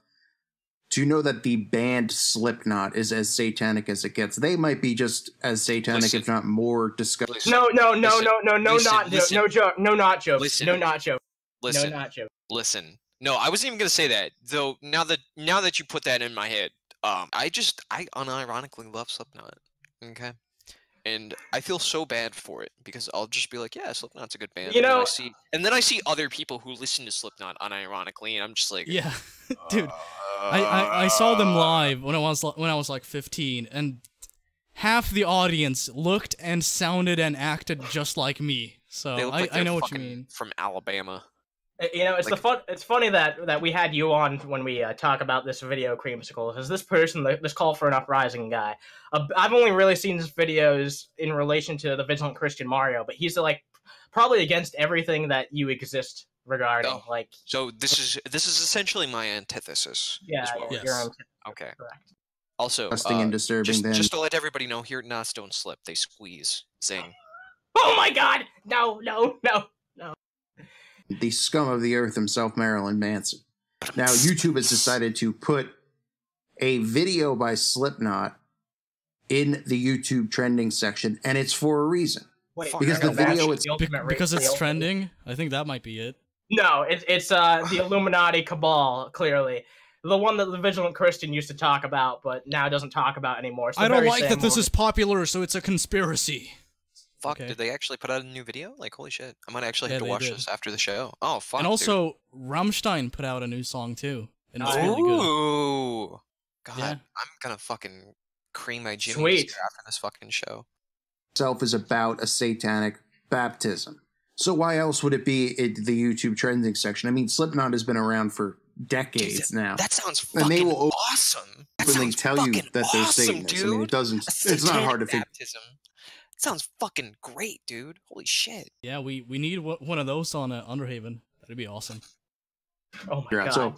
Speaker 18: to know that the band Slipknot is as satanic as it gets. They might be just as satanic, if not more disgusting.
Speaker 4: No, no, no,
Speaker 18: Listen,
Speaker 4: no, no, no,
Speaker 18: listen,
Speaker 4: not joke,
Speaker 18: listen.
Speaker 4: no joke, no not joke,
Speaker 5: Listen.
Speaker 4: no not joke,
Speaker 5: Listen.
Speaker 4: no not joke.
Speaker 5: Listen, no, I wasn't even gonna say that. Though now that now that you put that in my head, um, I just I unironically love Slipknot. Okay. And I feel so bad for it because I'll just be like, yeah, Slipknot's a good band.
Speaker 4: You
Speaker 5: and then I
Speaker 4: know-
Speaker 5: see, and then I see other people who listen to Slipknot unironically, and I'm just like,
Speaker 6: Yeah, dude. I, I, I saw
Speaker 5: Uh.
Speaker 6: them live when I was li- when I was like 15, and half the audience looked and sounded and acted just like me. So
Speaker 5: they
Speaker 6: I,
Speaker 5: look like
Speaker 6: I
Speaker 5: they're
Speaker 6: know what you
Speaker 5: fucking
Speaker 6: mean.
Speaker 5: From Alabama.
Speaker 4: Uh, You know, it's the fun. It's funny that that we had you on when we uh, talk about this video creamsicle. Because this person, the, this call for an uprising guy, uh, I've only really seen his videos in relation to the vigilant Christian Mario, but he's like probably against everything that you exist regarding.
Speaker 5: Oh.
Speaker 4: Like,
Speaker 5: So this is this is essentially my antithesis.
Speaker 4: yeah,
Speaker 5: as well.
Speaker 4: your own.
Speaker 5: Okay. Also,
Speaker 18: Disgusting
Speaker 5: uh,
Speaker 18: and disturbing
Speaker 5: Just,
Speaker 18: then.
Speaker 5: just to let everybody know, here at Knots don't slip; they squeeze. Zing.
Speaker 4: Oh my God! No, no, no, no.
Speaker 18: the scum of the earth himself, Marilyn Manson. Now, YouTube has decided to put a video by Slipknot in the YouTube trending section, and it's for a reason.
Speaker 4: Wait,
Speaker 18: because the
Speaker 4: no, that's
Speaker 18: video
Speaker 4: the
Speaker 18: is
Speaker 6: Be-
Speaker 4: ultimate
Speaker 6: because
Speaker 4: rape
Speaker 6: it's
Speaker 4: deal.
Speaker 6: trending. I think that might be it.
Speaker 4: No, it's it's uh the Illuminati cabal, clearly. The one that the Vigilant Christian used to talk about, but now doesn't talk about anymore. It's the
Speaker 6: I don't
Speaker 4: very
Speaker 6: like
Speaker 4: same
Speaker 6: that this
Speaker 4: one.
Speaker 6: is popular, so it's a conspiracy.
Speaker 5: Fuck!
Speaker 6: Okay.
Speaker 5: Did they actually put out a new video? Like, holy shit! I might actually
Speaker 6: Yeah,
Speaker 5: have to
Speaker 6: they
Speaker 5: watch
Speaker 6: did.
Speaker 5: this after the show. Oh fuck!
Speaker 6: and
Speaker 5: dude.
Speaker 6: also, Rammstein put out a new song too, and it's really good.
Speaker 5: Ooh. God,
Speaker 6: Yeah.
Speaker 5: I'm gonna fucking cream my jimmies
Speaker 18: Sweet.
Speaker 5: here after this fucking show.
Speaker 18: itself is about a satanic baptism. So why else would it be in the YouTube trending section? I mean, Slipknot has been around for decades now.
Speaker 5: That sounds
Speaker 18: and they
Speaker 5: fucking
Speaker 18: will
Speaker 5: awesome. That
Speaker 18: openly
Speaker 5: sounds
Speaker 18: tell you
Speaker 5: fucking
Speaker 18: that they're
Speaker 5: awesome,
Speaker 18: Satanists. I mean,
Speaker 5: dude.
Speaker 18: it doesn't.
Speaker 5: A
Speaker 18: It's not hard to
Speaker 5: satanic
Speaker 18: figure.
Speaker 5: Baptism. It sounds fucking great, dude. Holy shit!
Speaker 6: Yeah, we we need w- one of those on uh, Underhaven. That'd be awesome.
Speaker 4: Oh
Speaker 18: figure out. So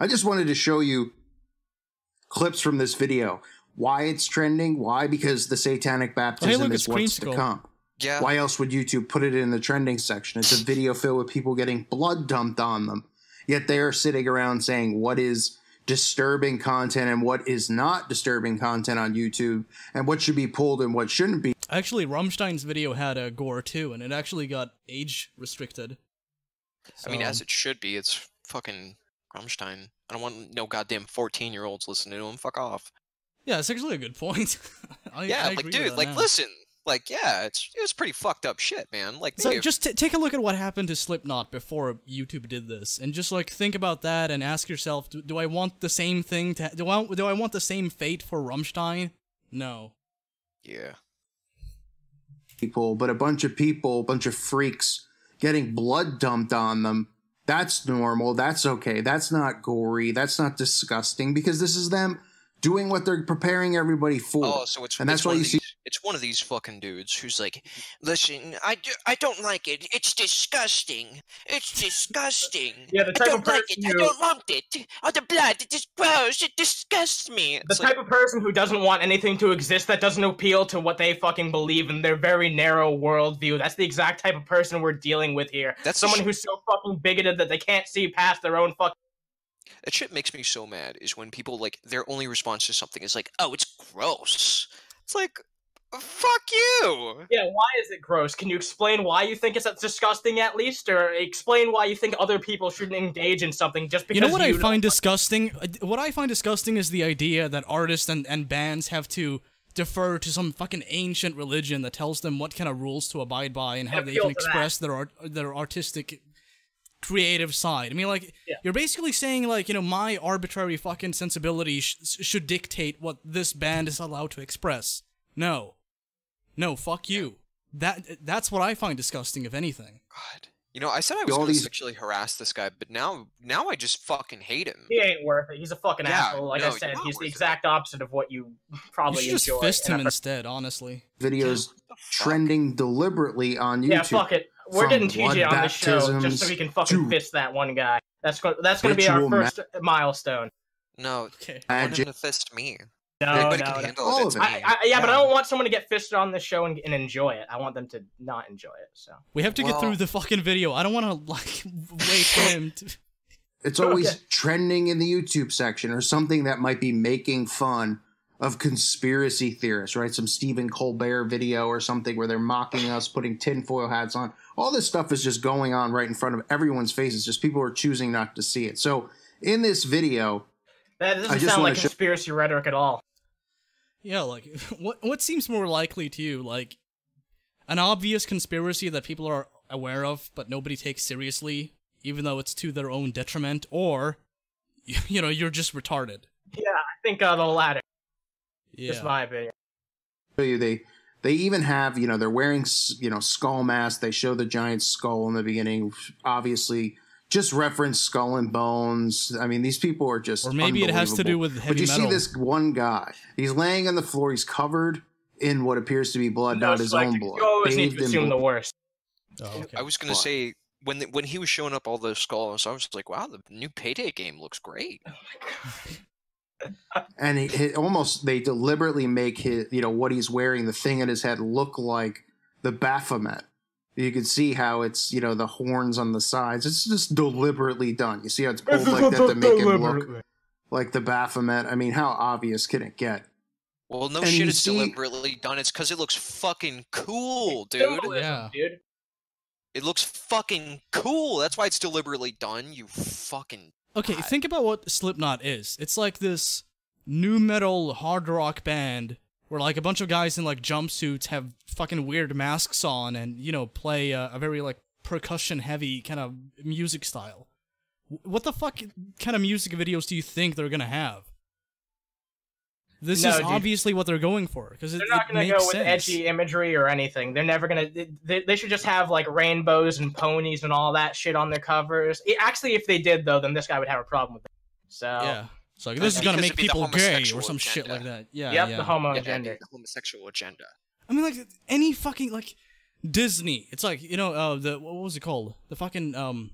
Speaker 18: I just wanted to show you clips from this video. Why it's trending? Why? Because the satanic baptism
Speaker 6: look,
Speaker 18: is
Speaker 6: it's
Speaker 18: what's to
Speaker 6: Creamsicle.
Speaker 18: come.
Speaker 5: Yeah.
Speaker 18: Why else would YouTube put it in the trending section? It's a video filled with people getting blood dumped on them. Yet they are sitting around saying what is disturbing content and what is not disturbing content on YouTube and what should be pulled and what shouldn't be.
Speaker 6: Actually, Rammstein's video had a gore too, and it actually got age restricted.
Speaker 5: I mean, as
Speaker 6: So-
Speaker 5: it should be. It's fucking Rammstein. I don't want no goddamn fourteen-year-olds listening to him. Fuck off.
Speaker 6: yeah, it's actually a good point. I,
Speaker 5: yeah,
Speaker 6: I agree
Speaker 5: like
Speaker 6: with
Speaker 5: dude,
Speaker 6: that
Speaker 5: like
Speaker 6: now.
Speaker 5: listen, like yeah, it's it's pretty fucked up shit, man. Like
Speaker 6: So
Speaker 5: they-
Speaker 6: just t- take a look at what happened to Slipknot before YouTube did this, and just like think about that and ask yourself: Do, do I want the same thing? To, do I do I want the same fate for Rammstein? No.
Speaker 5: Yeah.
Speaker 18: people, but a bunch of people, a bunch of freaks getting blood dumped on them. That's normal. That's okay. That's not gory. That's not disgusting because this is them doing what they're preparing everybody for.
Speaker 5: Oh, so it's
Speaker 18: and that's
Speaker 5: it's
Speaker 18: why
Speaker 5: one
Speaker 18: you
Speaker 5: of
Speaker 18: see.
Speaker 5: these- it's one of these fucking dudes who's like, listen, I, do, I don't like it. It's disgusting. It's disgusting.
Speaker 4: Yeah, the
Speaker 5: I
Speaker 4: type
Speaker 5: don't
Speaker 4: of
Speaker 5: like
Speaker 4: person
Speaker 5: it. I
Speaker 4: who-
Speaker 5: don't want it. Oh, the blood. It is gross. It disgusts me.
Speaker 4: The
Speaker 5: It's like,
Speaker 4: type of person who doesn't want anything to exist that doesn't appeal to what they fucking believe in their very narrow worldview. That's the exact type of person we're dealing with here.
Speaker 5: That's the
Speaker 4: someone
Speaker 5: sh-
Speaker 4: who's so fucking bigoted that they can't see past their own fucking.
Speaker 5: that shit makes me so mad. Is when people like their only response to something is like, oh, it's gross. It's like, Fuck you!
Speaker 4: Yeah, why is it gross? Can you explain why you think it's disgusting at least, or explain why you think other people shouldn't engage in something just because
Speaker 6: you know what I
Speaker 4: don't-
Speaker 6: find disgusting? Uh, What I find disgusting is the idea that artists and, and bands have to defer to some fucking ancient religion that tells them what kind of rules to abide by and how they
Speaker 4: Appeal
Speaker 6: can
Speaker 4: to that.
Speaker 6: express their art, their artistic creative side. I mean like you're basically saying like, you know, my arbitrary fucking sensibility sh- sh- should dictate what this band is allowed to express. No. No, fuck you. That that's what I find disgusting if anything.
Speaker 5: You know, I said I was
Speaker 6: All
Speaker 5: going to
Speaker 6: these-
Speaker 5: sexually harass this guy, but now, now I just fucking hate him.
Speaker 4: He ain't worth it. He's a fucking
Speaker 5: Yeah,
Speaker 4: asshole. Like I
Speaker 5: no,
Speaker 4: said,
Speaker 5: you're
Speaker 4: he's the exact opposite of what you
Speaker 6: You
Speaker 4: probably
Speaker 6: should just
Speaker 4: enjoy.
Speaker 6: fist
Speaker 4: and
Speaker 6: him
Speaker 4: I-
Speaker 6: instead, honestly.
Speaker 18: Videos trending deliberately on YouTube.
Speaker 4: Yeah, fuck it. We're
Speaker 18: From
Speaker 4: getting TJ
Speaker 18: blood
Speaker 4: on the show just so
Speaker 18: baptisms
Speaker 4: we can fucking fist that one guy. That's go- that's going to be our
Speaker 18: Ritual ma-
Speaker 4: first milestone.
Speaker 5: No,
Speaker 6: okay.
Speaker 5: I want him
Speaker 18: Magic.
Speaker 5: to fist me.
Speaker 4: No,
Speaker 5: Nobody
Speaker 4: no,
Speaker 5: can
Speaker 4: no.
Speaker 5: handle
Speaker 18: All
Speaker 5: it.
Speaker 18: of
Speaker 5: It's
Speaker 18: it.
Speaker 5: me.
Speaker 4: I, I, yeah, but I don't want someone to get fisted on this show and, and enjoy it. I want them to not enjoy it. So
Speaker 6: We have to get
Speaker 18: Well-
Speaker 6: through the fucking video. I don't want to like wait for him. To...
Speaker 18: It's always
Speaker 6: Okay.
Speaker 18: trending in the YouTube section or something that might be making fun of conspiracy theorists, right? Some Stephen Colbert video or something where they're mocking us, putting tinfoil hats on. All this stuff is just going on right in front of everyone's faces. Just people are choosing not to see it. So in this video,
Speaker 4: that
Speaker 18: I
Speaker 4: doesn't
Speaker 18: just
Speaker 4: sound
Speaker 18: wanna
Speaker 4: like
Speaker 18: show-
Speaker 4: conspiracy rhetoric at all.
Speaker 6: Yeah, like what what seems more likely to you? Like an obvious conspiracy that people are aware of but nobody takes seriously, even though it's to their own detriment, or you, you know you're just retarded.
Speaker 4: Yeah, I think uh, the latter.
Speaker 6: Yeah.
Speaker 4: Just my opinion.
Speaker 18: show you they they even have you know they're wearing s- you know skull masks they show the giant skull in the beginning obviously just reference skull and bones i mean these people are just
Speaker 6: Or maybe it has to do
Speaker 18: unbelievable.
Speaker 6: with
Speaker 18: but
Speaker 6: heavy
Speaker 18: you see
Speaker 6: metal.
Speaker 18: this one guy he's laying on the floor he's covered in what appears to be blood not his own blood
Speaker 4: You always need
Speaker 18: bathed
Speaker 4: to
Speaker 18: in
Speaker 4: assume the
Speaker 18: blood.
Speaker 4: worst.
Speaker 5: I was gonna say when the, when he was showing up all those skulls, I was just like, wow, the new Payday game looks great.
Speaker 18: and it, it almost they deliberately make his you know what he's wearing the thing in his head look like the baphomet you can see how it's you know the horns on the sides it's just deliberately done you see how it's pulled like that to make him look like the baphomet i mean how obvious can it get
Speaker 5: Well, no
Speaker 18: And
Speaker 5: shit,
Speaker 18: you
Speaker 5: it's
Speaker 18: see-
Speaker 5: deliberately done. It's because it looks fucking cool, dude.
Speaker 6: Yeah.
Speaker 4: dude.
Speaker 5: It looks fucking cool. That's why it's deliberately done. You fucking
Speaker 6: Okay, think about what Slipknot is. It's like this new metal hard rock band where like a bunch of guys in like jumpsuits have fucking weird masks on and you know play uh, a very like percussion heavy kind of music style. Wh- What the fuck kind of music videos do you think they're gonna have? This
Speaker 4: No,
Speaker 6: is
Speaker 4: dude.
Speaker 6: obviously what they're going for because it,
Speaker 4: They're not
Speaker 6: it
Speaker 4: going to
Speaker 6: makes
Speaker 4: go with
Speaker 6: sense.
Speaker 4: edgy imagery or anything. They're never going to. They, they should just have like rainbows and ponies and all that shit on their covers. It- actually, if they did though, then this guy would have a problem with it. So
Speaker 6: Yeah, it's like this is gonna
Speaker 5: Because
Speaker 6: make
Speaker 5: it'd be the
Speaker 6: people gay or
Speaker 5: homosexual
Speaker 6: some shit like
Speaker 5: agenda.
Speaker 6: that. Yeah,
Speaker 4: Yep,
Speaker 6: yeah.
Speaker 4: the homo
Speaker 5: Yeah,
Speaker 4: agenda.
Speaker 5: the homosexual agenda.
Speaker 6: I mean, like any fucking like Disney. It's like you know uh, the what was it called? The fucking um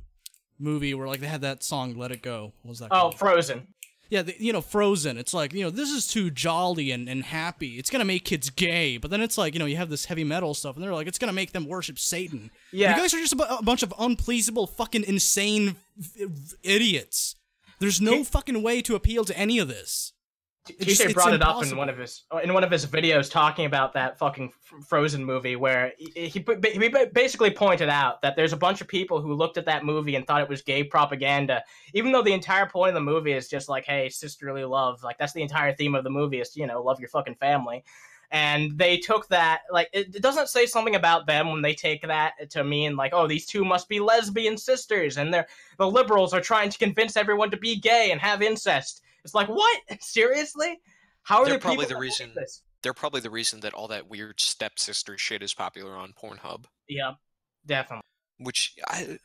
Speaker 6: movie where like they had that song "Let It Go." What was that?
Speaker 4: Oh,
Speaker 6: Called?
Speaker 4: Frozen.
Speaker 6: yeah, the, you know Frozen. It's like you know this is too jolly and and happy. It's gonna make kids gay. But then it's like you know you have this heavy metal stuff, and they're like it's gonna make them worship Satan.
Speaker 4: Yeah.
Speaker 6: you guys are just a, bu- a bunch of unpleasable fucking insane v- v- idiots. There's no fucking way to appeal to any of this. It just-
Speaker 4: TJ
Speaker 6: it's
Speaker 4: brought it up in
Speaker 6: impossible.
Speaker 4: one of his uh, in one of his videos talking about that fucking F- Frozen movie where he, he ba- he ba- basically pointed out that there's a bunch of people who looked at that movie and thought it was gay propaganda, even though the entire point of the movie is just like, hey, sisterly love. Like that's the entire theme of the movie is you know love your fucking family. And they took that like it, it doesn't say something about them when they take that to mean like oh these two must be lesbian sisters and they're the liberals are trying to convince everyone to be gay and have incest. It's like what seriously? How are
Speaker 5: they're
Speaker 4: there
Speaker 5: probably
Speaker 4: people
Speaker 5: the
Speaker 4: that
Speaker 5: reason.
Speaker 4: believe this?
Speaker 5: They're probably the reason that all that weird stepsister shit is popular on Pornhub.
Speaker 4: Yeah, definitely.
Speaker 5: Which I,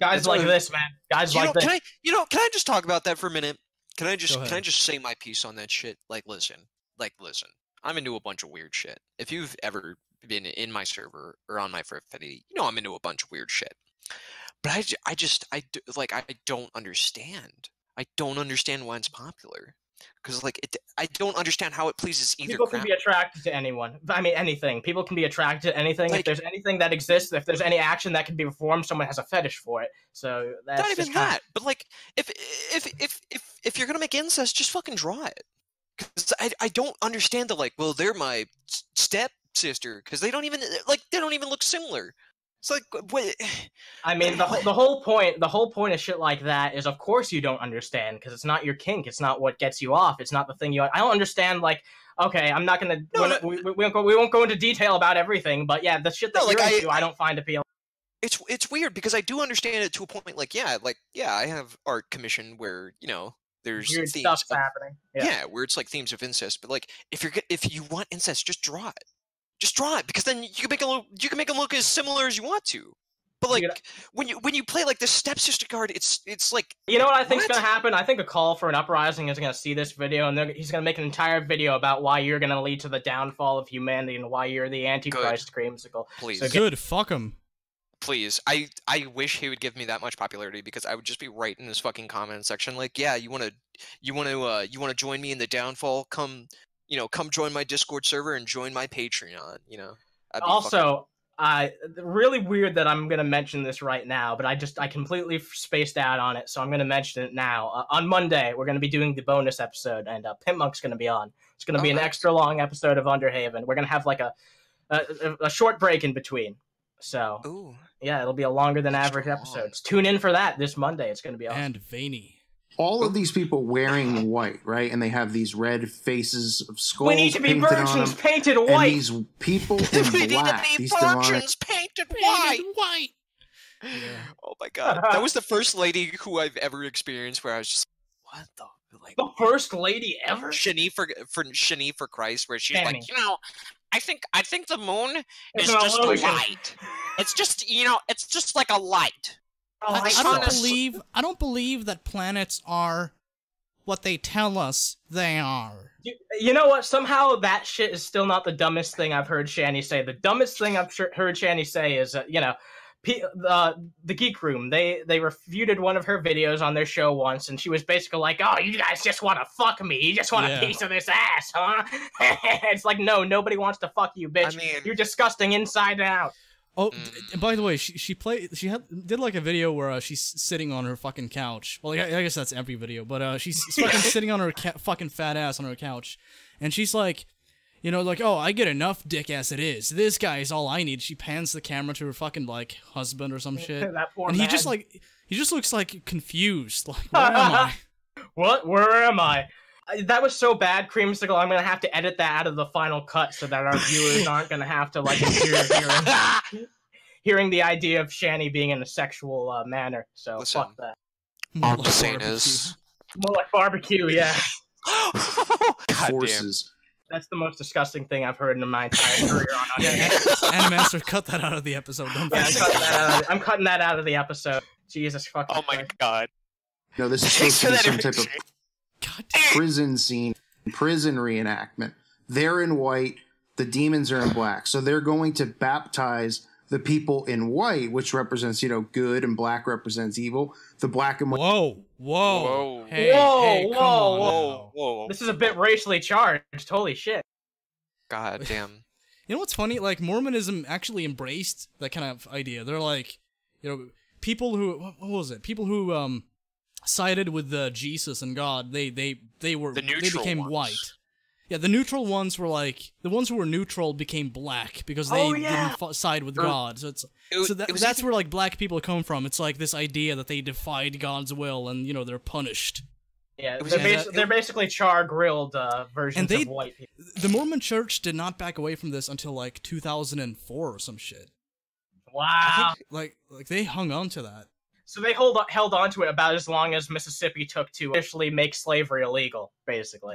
Speaker 4: Guys
Speaker 5: That's
Speaker 4: like
Speaker 5: why-
Speaker 4: this, man. Guys
Speaker 5: you
Speaker 4: like
Speaker 5: know,
Speaker 4: this.
Speaker 5: Can I, you know, can I just talk about that for a minute? Can I just
Speaker 6: Go
Speaker 5: can I just say my piece on that shit? Like, listen, like, listen. I'm into a bunch of weird shit. If you've ever been in my server or on my Friffity, you know I'm into a bunch of weird shit. But I, ju- I just, I d- like, I don't understand. I don't understand why it's popular. Because like, it, I don't understand how it pleases either.
Speaker 4: People can
Speaker 5: crowd.
Speaker 4: be attracted to anyone. I mean, anything. People can be attracted to anything. if there's anything that exists, if there's any action that can be performed, someone has a fetish for it. So that's
Speaker 5: Not even
Speaker 4: just kinda-
Speaker 5: that, but like, if if if if if you're gonna make incest, just fucking draw it. because I, I don't understand the like well they're my s- stepsister because they don't even eh, like they don't even look similar it's like what
Speaker 4: I mean, the, whole- the whole point, the whole point of shit like that is, of course, you don't understand because it's not your kink. It's not what gets you off. It's not the thing you. I don't understand. Like, okay, I'm not gonna. we're not- we, we, won't go, we won't go into detail about everything, but yeah, the shit that
Speaker 5: No, like,
Speaker 4: you're
Speaker 5: I-
Speaker 4: into, I, don't find appealing.
Speaker 5: it's it's weird because I do understand it to a point. Like, yeah, like yeah, I have art commission where you know there's
Speaker 4: Weird
Speaker 5: themes
Speaker 4: stuff's
Speaker 5: of-
Speaker 4: happening.
Speaker 5: Yeah.
Speaker 4: Yeah.
Speaker 5: where it's like themes of incest. But like, if you're g- if you want incest, just draw it. Just draw it because then you can make it look you can make them look as similar as you want to. But like when you when you play like the stepsister card, it's it's like
Speaker 4: You know what I think's
Speaker 5: What?
Speaker 4: gonna happen? I think a call for an uprising is gonna see this video, and they're- he's gonna make an entire video about why you're gonna lead to the downfall of humanity and why you're the Antichrist creamsicle.
Speaker 5: Please.
Speaker 4: So get-
Speaker 6: Good, fuck him.
Speaker 5: please. I I wish he would give me that much popularity because I would just be right in his fucking comment section like, yeah, you want to you want to uh you want to join me in the downfall? Come, you know, come join my Discord server and join my Patreon, you know. I'd be fucking-
Speaker 4: also uh, really weird that i'm going to mention this right now but i just i completely f- spaced out on it so i'm going to mention it now uh, on monday we're going to be doing the bonus episode and uh, pimp monk's going to be on it's going to
Speaker 5: Oh,
Speaker 4: be an
Speaker 5: nice.
Speaker 4: extra long episode of underhaven we're going to have like a, a a- a short break in between so yeah it'll be a longer than average episode tune in for that this monday it's going to be awesome.
Speaker 6: and veiny
Speaker 18: All of these people wearing white, right? And they have these red faces of skulls.
Speaker 4: we need to be
Speaker 18: painted on
Speaker 4: virgins
Speaker 18: them.
Speaker 4: painted
Speaker 18: And
Speaker 4: white
Speaker 18: these people in
Speaker 5: Ah,
Speaker 18: black, these demonic
Speaker 5: painted white. White. Oh my god. That was the first lady who I've ever experienced where I was just what the like
Speaker 4: the first lady ever
Speaker 5: Shani for for Shani for Christ where she's
Speaker 4: Fanny.
Speaker 5: like, you know, I think I think the moon
Speaker 4: It's
Speaker 5: is
Speaker 4: an
Speaker 5: just
Speaker 4: illusion."
Speaker 5: a light. It's just you know, it's just like a light.
Speaker 4: Oh,
Speaker 6: I,
Speaker 5: Like,
Speaker 6: I don't
Speaker 5: honestly-
Speaker 6: believe I don't believe that planets are what they tell us they are.
Speaker 4: You, you know what? Somehow that shit is still not the dumbest thing I've heard Shani say. The dumbest thing I've sh- heard Shani say is, uh, you know, P- uh, the Geek Room. They they refuted one of her videos on their show once, and she was basically like, "Oh, you guys just want to fuck me. You just want
Speaker 5: Yeah.
Speaker 4: a piece of this ass, huh?" it's like, no, nobody wants to fuck you, bitch. You're disgusting inside and out.
Speaker 6: Oh,
Speaker 4: Hmm.
Speaker 6: d- by the way, she she played she had did like a video where uh, she's sitting on her fucking couch. Well, I, I guess that's every video, but uh, she's fucking sitting on her ca- fucking fat ass on her couch, and she's like, you know, like, oh, I get enough dick as it is. This guy is all I need. She pans the camera to her fucking like husband or some shit,
Speaker 4: That poor
Speaker 6: and he just
Speaker 4: man.
Speaker 6: like he just looks like confused, like, where am I?
Speaker 4: What? Where am I? Uh, That was so bad, Creamsicle. I'm gonna have to edit that out of the final cut so that our viewers aren't gonna have to like hear, hearing, hearing the idea of Shani being in a sexual uh, manner. So fuck that.
Speaker 5: All I'm saying is
Speaker 4: More like barbecue, yeah.
Speaker 18: forces.
Speaker 4: That's the most disgusting thing I've heard in my entire career on audio.
Speaker 6: Animaster, cut that out of the episode. Don't
Speaker 4: I'm, cutting that out of, I'm cutting that out of the episode. Jesus fucking. Oh my
Speaker 5: god.
Speaker 18: No, this is supposed to
Speaker 4: Say
Speaker 18: be
Speaker 4: that
Speaker 18: some
Speaker 4: every
Speaker 18: type of prison scene, prison reenactment. They're in white, the demons are in black. So they're going to baptize the people in white, which represents, you know, good and black represents evil. The black and white.
Speaker 6: Whoa, whoa.
Speaker 5: Whoa,
Speaker 6: Hey,
Speaker 4: whoa,
Speaker 6: hey,
Speaker 4: whoa,
Speaker 6: come on
Speaker 4: whoa, This is a bit racially charged. Holy shit.
Speaker 5: God damn.
Speaker 6: You know what's funny? Like Mormonism actually embraced that kind of idea. They're like, you know, people who what what was it? People who um sided with uh, Jesus and God. They they they were
Speaker 5: The
Speaker 6: they
Speaker 5: neutral
Speaker 6: became
Speaker 5: ones.
Speaker 6: white. Yeah, the neutral ones were like the ones who were neutral became black because they
Speaker 5: Oh, yeah.
Speaker 6: didn't f- side with
Speaker 5: Or-
Speaker 6: God. So it's
Speaker 5: It-
Speaker 6: so that,
Speaker 5: it was
Speaker 6: that's
Speaker 5: even-
Speaker 6: where like black people come from. It's like this idea that they defied God's will and you know they're punished.
Speaker 4: Yeah,
Speaker 6: It was
Speaker 4: they're,
Speaker 6: just-
Speaker 4: basi-
Speaker 6: it-
Speaker 4: they're basically char grilled uh, versions
Speaker 6: they-
Speaker 4: of white people.
Speaker 6: The Mormon Church did not back away from this until like 2004 or some shit.
Speaker 4: Wow.
Speaker 6: Like like they hung on to that.
Speaker 4: So they hold held on to it about as long as Mississippi took to officially make slavery illegal, basically.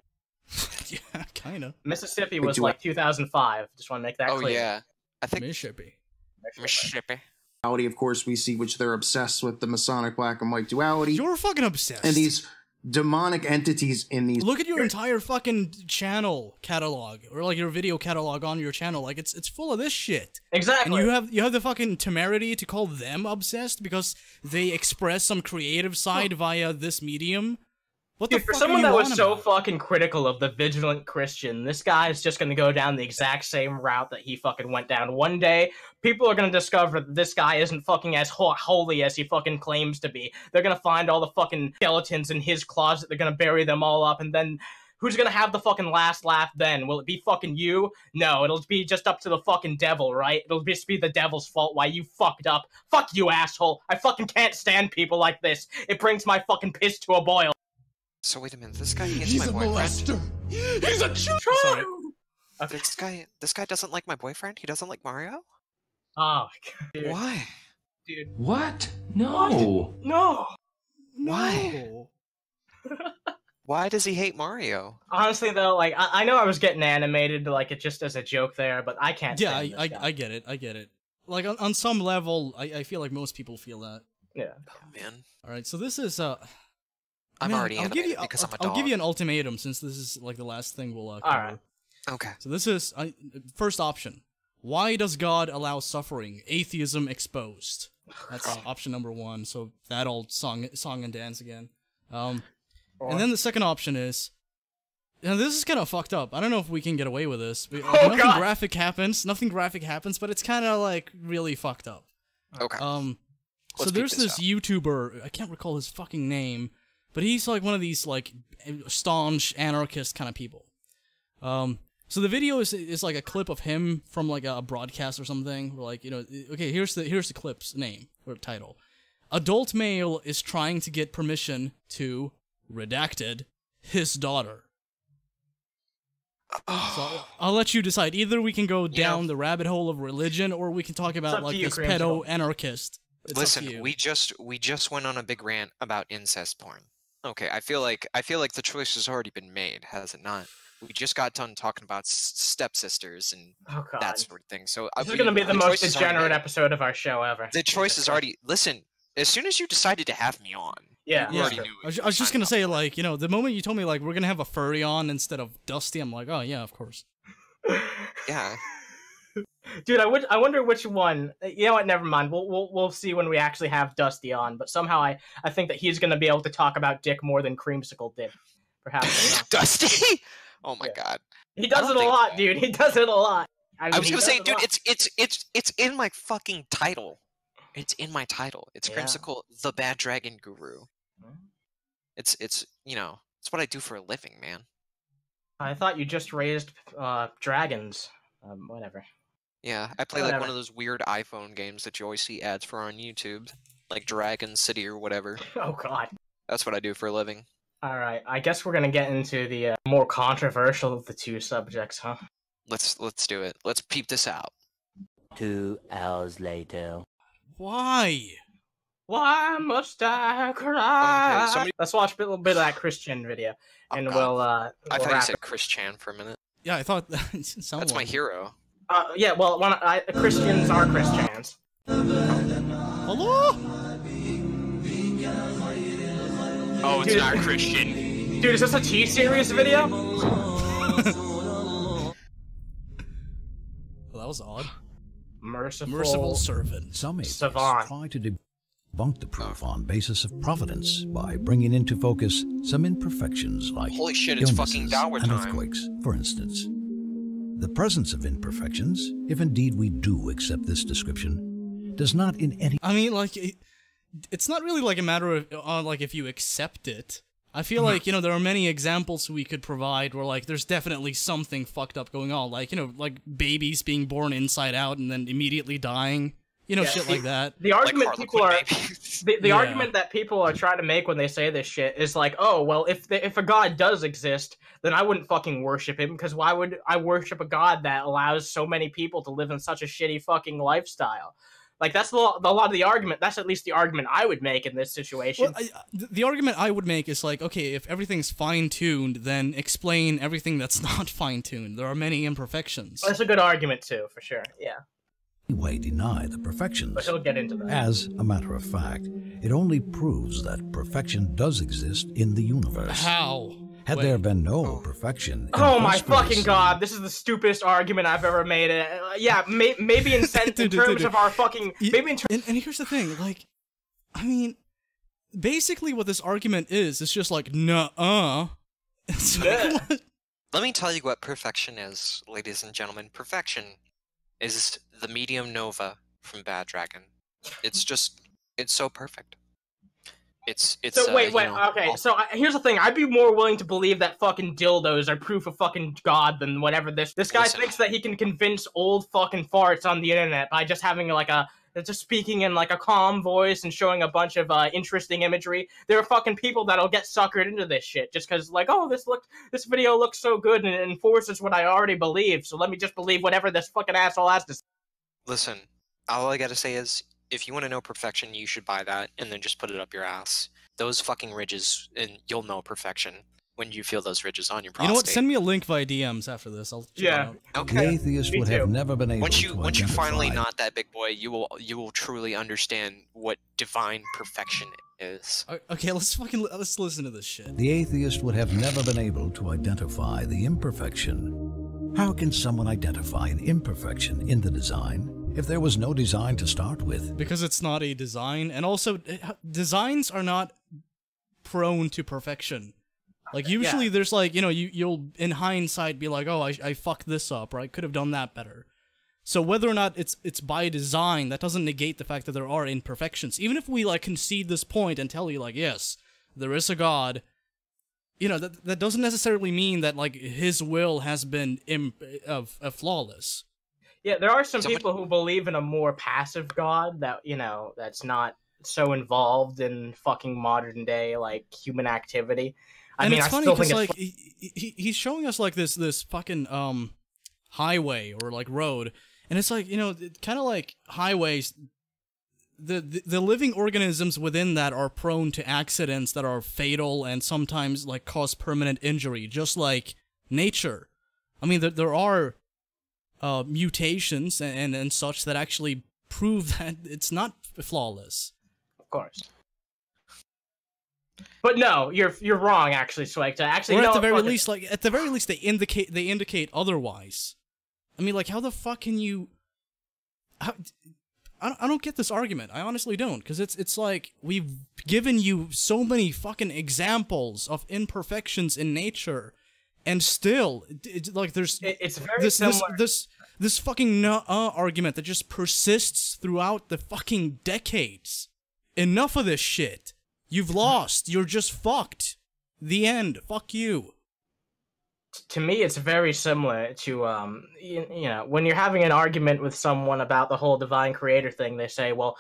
Speaker 6: Kinda.
Speaker 4: Mississippi
Speaker 6: Wait,
Speaker 4: was
Speaker 6: do
Speaker 4: like 2005. Just want to make that
Speaker 5: Oh
Speaker 4: clear.
Speaker 5: yeah. I think
Speaker 6: Mississippi.
Speaker 5: Mississippi.
Speaker 18: Duality, of course, we see which they're obsessed with the Masonic black and white duality.
Speaker 6: You're fucking obsessed.
Speaker 18: And these demonic entities in these.
Speaker 6: Look at your entire fucking channel catalog or like your video catalog on your channel. Like it's it's full of this shit.
Speaker 4: Exactly.
Speaker 6: And you have you have the fucking temerity to call them obsessed because they express some creative side via this medium. What
Speaker 4: Dude,
Speaker 6: the
Speaker 4: for
Speaker 6: fuck
Speaker 4: someone
Speaker 6: are
Speaker 4: that
Speaker 6: you
Speaker 4: was
Speaker 6: on
Speaker 4: so
Speaker 6: about?
Speaker 4: fucking critical of the vigilant Christian, this guy is just going to go down the exact same route that he fucking went down. One day, people are going to discover that this guy isn't fucking as ho- holy as he fucking claims to be. They're going to find all the fucking skeletons in his closet. They're going to bury them all up, and then. who- who's gonna have the fucking last laugh then? Will it be fucking you? No, it'll be just up to the fucking devil, right? It'll just be the devil's fault why you fucked up. Fuck you, asshole. I fucking can't stand people like this. It brings my fucking piss to a boil.
Speaker 5: So wait a minute, this guy hates
Speaker 2: He's
Speaker 5: my
Speaker 2: a
Speaker 5: boyfriend.
Speaker 2: molester. He's a child.
Speaker 5: This guy, this guy doesn't like my boyfriend. He doesn't like Mario.
Speaker 4: Oh, dude.
Speaker 5: Why?
Speaker 4: Dude.
Speaker 3: What? No.
Speaker 4: No.
Speaker 5: Why? Why does he hate Mario?
Speaker 4: Honestly, though, like I, I know I was getting animated, like it just as a joke there, but I can't.
Speaker 6: Yeah,
Speaker 4: stand
Speaker 6: I,
Speaker 4: this
Speaker 6: I,
Speaker 4: guy.
Speaker 6: I get it. I get it. Like on, on some level, I, I feel like most people feel that.
Speaker 4: Yeah.
Speaker 5: Oh man.
Speaker 6: All right, so this is uh.
Speaker 5: I'm
Speaker 6: man,
Speaker 5: already
Speaker 6: I'll give
Speaker 5: animated
Speaker 6: you, I'll-
Speaker 5: because I'm a
Speaker 6: I'll give
Speaker 5: dog.
Speaker 6: you an ultimatum since this is like the last thing we'll uh,
Speaker 5: All
Speaker 6: cover.
Speaker 5: right. Okay.
Speaker 6: So this is uh, first option. Why does God allow suffering? Atheism exposed. That's option number one. So that old song, song and dance again. Um, and then the second option is, and this is kind of fucked up. I don't know if we can get away with this. We- like, nothing
Speaker 5: Oh, God.
Speaker 6: graphic happens. Nothing graphic happens, but it's kind of like really fucked up.
Speaker 5: Okay.
Speaker 6: Um, so
Speaker 5: Let's
Speaker 6: there's
Speaker 5: peep this
Speaker 6: this YouTuber. I can't recall his fucking name, but he's like one of these like staunch anarchist kind of people. Um, so the video is is like a clip of him from like a broadcast or something. Where like you know, okay, here's the here's the clip's name or title. Adult male is trying to get permission to redacted his daughter. So I'll, I'll let you decide. Either we can go down the rabbit hole of religion, or we can talk
Speaker 4: up
Speaker 6: about
Speaker 4: to
Speaker 6: like
Speaker 4: you,
Speaker 6: this
Speaker 4: Crimson.
Speaker 6: pedo anarchist. It's up to
Speaker 5: Listen,
Speaker 6: you.
Speaker 5: we just we just went on a big rant about incest porn. Okay, I feel like I feel like the choice has already been made, has it not? We just got done talking about s- stepsisters and
Speaker 4: Oh, God.
Speaker 5: that sort of thing. So uh,
Speaker 4: This is gonna be the, most degenerate episode of our show ever.
Speaker 5: The choice is already. Listen, as soon as you decided to have me on,
Speaker 4: Yeah.
Speaker 5: you already knew.
Speaker 6: I was, I was just gonna say, like, you know, the moment you told me like we're gonna have a furry on instead of Dusty, I'm like, oh yeah, of course.
Speaker 5: Yeah.
Speaker 4: Dude, I would. I wonder which one. uh, You know what? Never mind. We'll we'll, we'll see when we actually have Dusty on. But somehow I, I think that he's going to be able to talk about Dick more than Creamsicle did. Perhaps
Speaker 5: Dusty. Oh my god.
Speaker 4: he
Speaker 5: I
Speaker 4: does
Speaker 5: don't
Speaker 4: it a
Speaker 5: think
Speaker 4: lot, dude. He does it a lot.
Speaker 5: I
Speaker 4: I,
Speaker 5: was
Speaker 4: mean, he
Speaker 5: gonna
Speaker 4: does
Speaker 5: say,
Speaker 4: it a
Speaker 5: dude,
Speaker 4: lot.
Speaker 5: it's it's it's it's in my fucking title. It's in my title. It's
Speaker 4: Yeah. Mm-hmm.
Speaker 5: Crimsicle, the Bad Dragon Guru. It's it's you know it's what I do for a living, man.
Speaker 4: I thought you just raised uh, dragons. Um, whatever.
Speaker 5: Yeah, I play like one
Speaker 4: Whatever.
Speaker 5: of those weird iPhone games that you always see ads for on YouTube, like Dragon City or whatever.
Speaker 4: Oh God.
Speaker 5: That's what I do for a living.
Speaker 4: All right. I guess we're gonna get into the uh, more controversial of the two subjects, huh?
Speaker 5: Let's let's do it. Let's peep this out.
Speaker 19: Two hours later.
Speaker 6: Why?
Speaker 4: Why must I cry?
Speaker 5: Okay, somebody-
Speaker 4: Let's watch a little bit of that Christian video, and we'll. Uh,
Speaker 5: Oh, I
Speaker 4: we'll
Speaker 5: thought you
Speaker 4: wrap
Speaker 5: said
Speaker 4: it.
Speaker 5: Chris Chan for a minute.
Speaker 6: Yeah, I thought someone.
Speaker 5: That's my hero.
Speaker 4: Uh, yeah. Well, one, I, Christians are Christians.
Speaker 6: Hello.
Speaker 5: Oh, it's not Christian.
Speaker 4: Dude, is this a T series video?
Speaker 6: Well, that was odd.
Speaker 4: Merciful.
Speaker 6: Merciful servant.
Speaker 20: Some atheists
Speaker 4: Savant.
Speaker 20: try to debunk the proof on basis of providence by bringing into focus some imperfections like
Speaker 5: Holy shit, it's
Speaker 20: illnesses
Speaker 5: fucking Dower
Speaker 20: and
Speaker 5: time.
Speaker 20: earthquakes, for instance. The presence of imperfections, if indeed we do accept this description, does not in any
Speaker 6: I mean, like, it, it's not really like a matter of uh, like if you accept it. I feel like you know there are many examples we could provide where like there's definitely something fucked up going on, like you know like babies being born inside out and then immediately dying, you know
Speaker 4: Yeah,
Speaker 6: shit
Speaker 4: the-
Speaker 6: like that.
Speaker 4: The argument people are the, the
Speaker 6: Yeah.
Speaker 4: argument that people are trying to make when they say this shit is like, oh well, if the, if a god does exist, then I wouldn't fucking worship him because why would I worship a god that allows so many people to live in such a shitty fucking lifestyle? Like that's the, the a lot of the argument. That's at least the argument I would make in this situation.
Speaker 6: Well, I, th- the argument I would make is like, okay, if everything's fine tuned, then explain everything that's not fine tuned. There are many imperfections.
Speaker 4: that's a good argument too, for sure. Yeah,
Speaker 20: way deny the perfections.
Speaker 4: but he'll get into that.
Speaker 20: As a matter of fact, it only proves that perfection does exist in the universe.
Speaker 6: How?
Speaker 20: Had there been no perfection, in
Speaker 4: Oh
Speaker 20: the
Speaker 4: my
Speaker 20: first place,
Speaker 4: fucking god! This is the stupidest argument I've ever made. Uh, yeah, may- maybe in, sen- in
Speaker 6: Dude, dude,
Speaker 4: terms
Speaker 6: dude.
Speaker 4: of our fucking maybe in terms.
Speaker 6: And, and here's the thing, like, I mean, basically what this argument is, it's just like, nuh-uh. It's like, what?
Speaker 5: Let me tell you what perfection is, ladies and gentlemen. Perfection is the medium nova from Bad Dragon. It's just, it's so perfect. It's it's.
Speaker 4: So
Speaker 5: uh,
Speaker 4: wait,
Speaker 5: you
Speaker 4: wait,
Speaker 5: know,
Speaker 4: okay. So I, here's the thing: I'd be more willing to believe that fucking dildos are proof of fucking God than whatever this this guy
Speaker 5: Listen.
Speaker 4: thinks that he can convince old fucking farts on the internet by just having like a just speaking in like a calm voice and showing a bunch of uh, interesting imagery. There are fucking people that'll get suckered into this shit just because like, oh, this looked this video looks so good and it enforces what I already believe. So let me just believe whatever this fucking asshole has to. say.
Speaker 5: Listen, all I gotta say is, if you want to know perfection, you should buy that and then just put it up your ass. Those fucking ridges, and you'll know perfection when you feel those ridges on your prostate.
Speaker 6: You know what? Send me a link via DMs after this. I'll check it out.
Speaker 5: Okay.
Speaker 20: The atheist would have never been able
Speaker 5: once you
Speaker 20: to
Speaker 5: once you
Speaker 20: identify
Speaker 5: finally knot that big boy, you will you will truly understand what divine perfection is.
Speaker 6: Okay, let's fucking let's listen to this shit.
Speaker 20: The atheist would have never been able to identify the imperfection. How can someone identify an imperfection in the design if there was no design to start with?
Speaker 6: because it's not a design and also eh, h- designs are not prone to perfection like usually there's like you know you, you'll in hindsight be like oh i, I fucked this up or i could have done that better so whether or not it's it's by design that doesn't negate the fact that there are imperfections even if we like concede this point and tell you like yes there is a god you know that, that doesn't necessarily mean that like his will has been imp- of uh, flawless
Speaker 4: Yeah, there are some people who believe in a more passive god that you know that's not so involved in fucking modern day like human activity. I
Speaker 6: and
Speaker 4: mean,
Speaker 6: it's
Speaker 4: I
Speaker 6: funny
Speaker 4: still think
Speaker 6: because
Speaker 4: it's
Speaker 6: like
Speaker 4: fu-
Speaker 6: he, he, he's showing us like this this fucking um highway or like road, and it's like you know kind of like highways. The, the the living organisms within that are prone to accidents that are fatal and sometimes like cause permanent injury, just like nature. I mean, there there are uh, mutations and, and and such that actually prove that it's not flawless.
Speaker 4: of course. But no, you're you're wrong. Actually, Swag. Actually,
Speaker 6: or
Speaker 4: no,
Speaker 6: at the very
Speaker 4: fuck it.
Speaker 6: least, like at the very least, they indicate they indicate otherwise. I mean, like, how the fuck can you? How, I don't- I don't get this argument. I honestly don't, because it's it's like we've given you so many fucking examples of imperfections in nature, and still, it, it- like, there's
Speaker 4: it's very
Speaker 6: this, this
Speaker 4: similar.
Speaker 6: this this fucking no uh argument that just persists throughout the fucking decades. Enough of this shit. You've lost. You're just fucked. The end. Fuck you.
Speaker 4: to me it's very similar to um you, you know when you're having an argument with someone about the whole divine creator thing they say well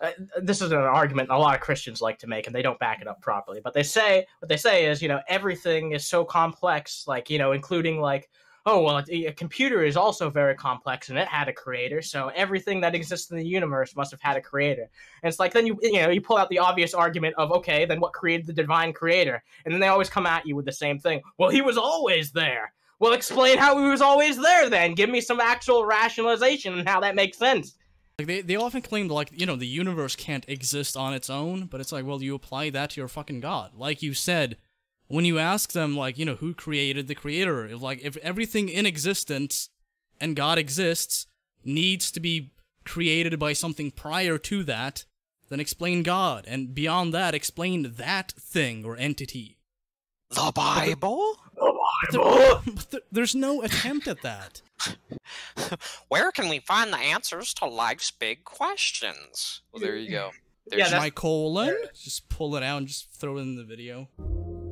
Speaker 4: uh, this is an argument a lot of christians like to make and they don't back it up properly but they say what they say is you know everything is so complex like you know including like oh well a, a computer is also very complex and it had a creator so everything that exists in the universe must have had a creator and it's like then you you know you pull out the obvious argument of okay then what created the divine creator and then they always come at you with the same thing well he was always there well explain how he was always there then give me some actual rationalization and how that makes sense
Speaker 6: Like they, they often claim like you know the universe can't exist on its own, but it's like well you apply that to your fucking god. Like you said, when you ask them like you know who created the creator, if like if everything in existence and God exists needs to be created by something prior to that, then explain God, and beyond that explain that thing or entity.
Speaker 5: The Bible?
Speaker 6: The Bible. But there- there's no attempt at that.
Speaker 5: Where can we find the answers to life's big questions? Well, there you go.
Speaker 4: Mm-hmm.
Speaker 5: There's
Speaker 6: There's my colon. Just pull it out and just throw it in the video.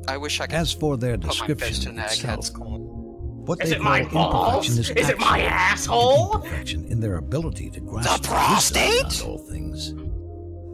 Speaker 5: I wish I could.
Speaker 20: As for their
Speaker 5: Put my fist
Speaker 20: description
Speaker 5: in that cat's
Speaker 20: itself, what
Speaker 5: Is
Speaker 20: they
Speaker 5: it my
Speaker 20: call
Speaker 5: balls?
Speaker 20: imperfection is,
Speaker 5: Is it my
Speaker 20: actually
Speaker 5: asshole?
Speaker 20: an Imperfection in their ability to grasp
Speaker 5: The
Speaker 20: truth
Speaker 5: prostate?
Speaker 20: about all things.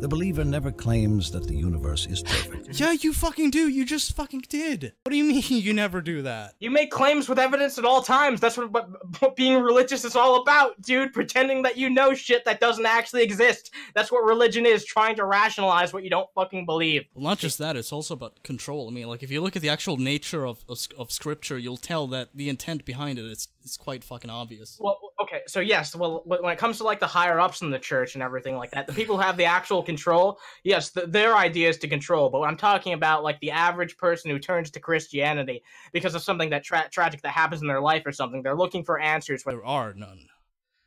Speaker 20: The believer never claims that the universe is perfect.
Speaker 6: Yeah, you fucking do. You just fucking did. What do you mean you never do that?
Speaker 4: you make claims with evidence at all times that's what, what, what being religious is all about dude pretending that you know shit that doesn't actually exist that's what religion is trying to rationalize what you don't fucking believe
Speaker 6: Well, not just that, it's also about control. I mean, like, if you look at the actual nature of, of, of scripture, you'll tell that the intent behind it is, is quite fucking obvious.
Speaker 4: Well, okay, so yes, well, wh- when it comes to like the higher ups in the church and everything like that, the people who have the actual control, yes, th- their idea is to control. But when I'm talking about like the average person who turns to Christianity because of something that tra- tragic that happens in their life or something, they're looking for answers. When-
Speaker 6: there are none.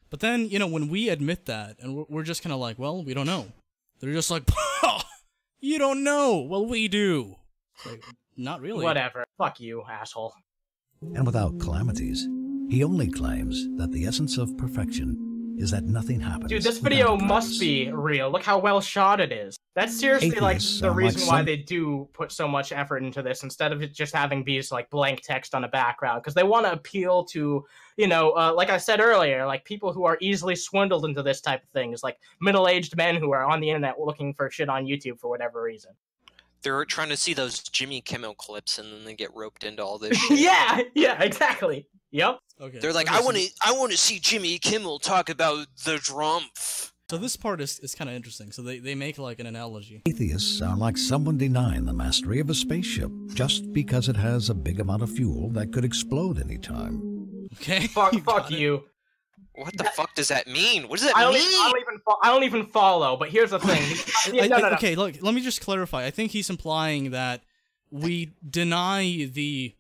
Speaker 6: But then, you know, when we admit that, and we're, we're just kind of like, well, we don't know. They're just like, you don't know. Well, we do. It's like, not really.
Speaker 4: Whatever. Fuck you, asshole.
Speaker 20: and without calamities. He only claims that the essence of perfection is that nothing happens.
Speaker 4: Dude, this video must be real. Look how well shot it is. That's seriously like
Speaker 20: Atheists
Speaker 4: the
Speaker 20: sound like
Speaker 4: reason why
Speaker 20: some-
Speaker 4: they do put so much effort into this instead of it just having be just, like blank text on a background because they want to appeal to you know uh, like I said earlier like people who are easily swindled into this type of things like middle aged men who are on the internet looking for shit on YouTube for whatever reason.
Speaker 5: They're trying to see those Jimmy Kimmel clips, and then they get roped into all this. Shit.
Speaker 4: yeah, yeah, exactly. Yep.
Speaker 6: Okay.
Speaker 5: They're like,
Speaker 6: okay,
Speaker 5: I
Speaker 6: so
Speaker 5: want to,
Speaker 6: th-
Speaker 5: I want to see Jimmy Kimmel talk about the Drumpf.
Speaker 6: So this part is, is kind of interesting. So they, they make like an analogy.
Speaker 20: Atheists sound like someone denying the mastery of a spaceship just because it has a big amount of fuel that could explode anytime.
Speaker 6: Okay.
Speaker 4: Fuck, fuck you.
Speaker 5: What the fuck does that mean? What does that
Speaker 4: I don't,
Speaker 5: mean?
Speaker 4: even- I don't even fo- I don't even follow. But here's the thing. Yeah,
Speaker 6: I-
Speaker 4: no,
Speaker 6: I-
Speaker 4: no, no.
Speaker 6: Okay, look, let me just clarify. I think he's implying that we deny the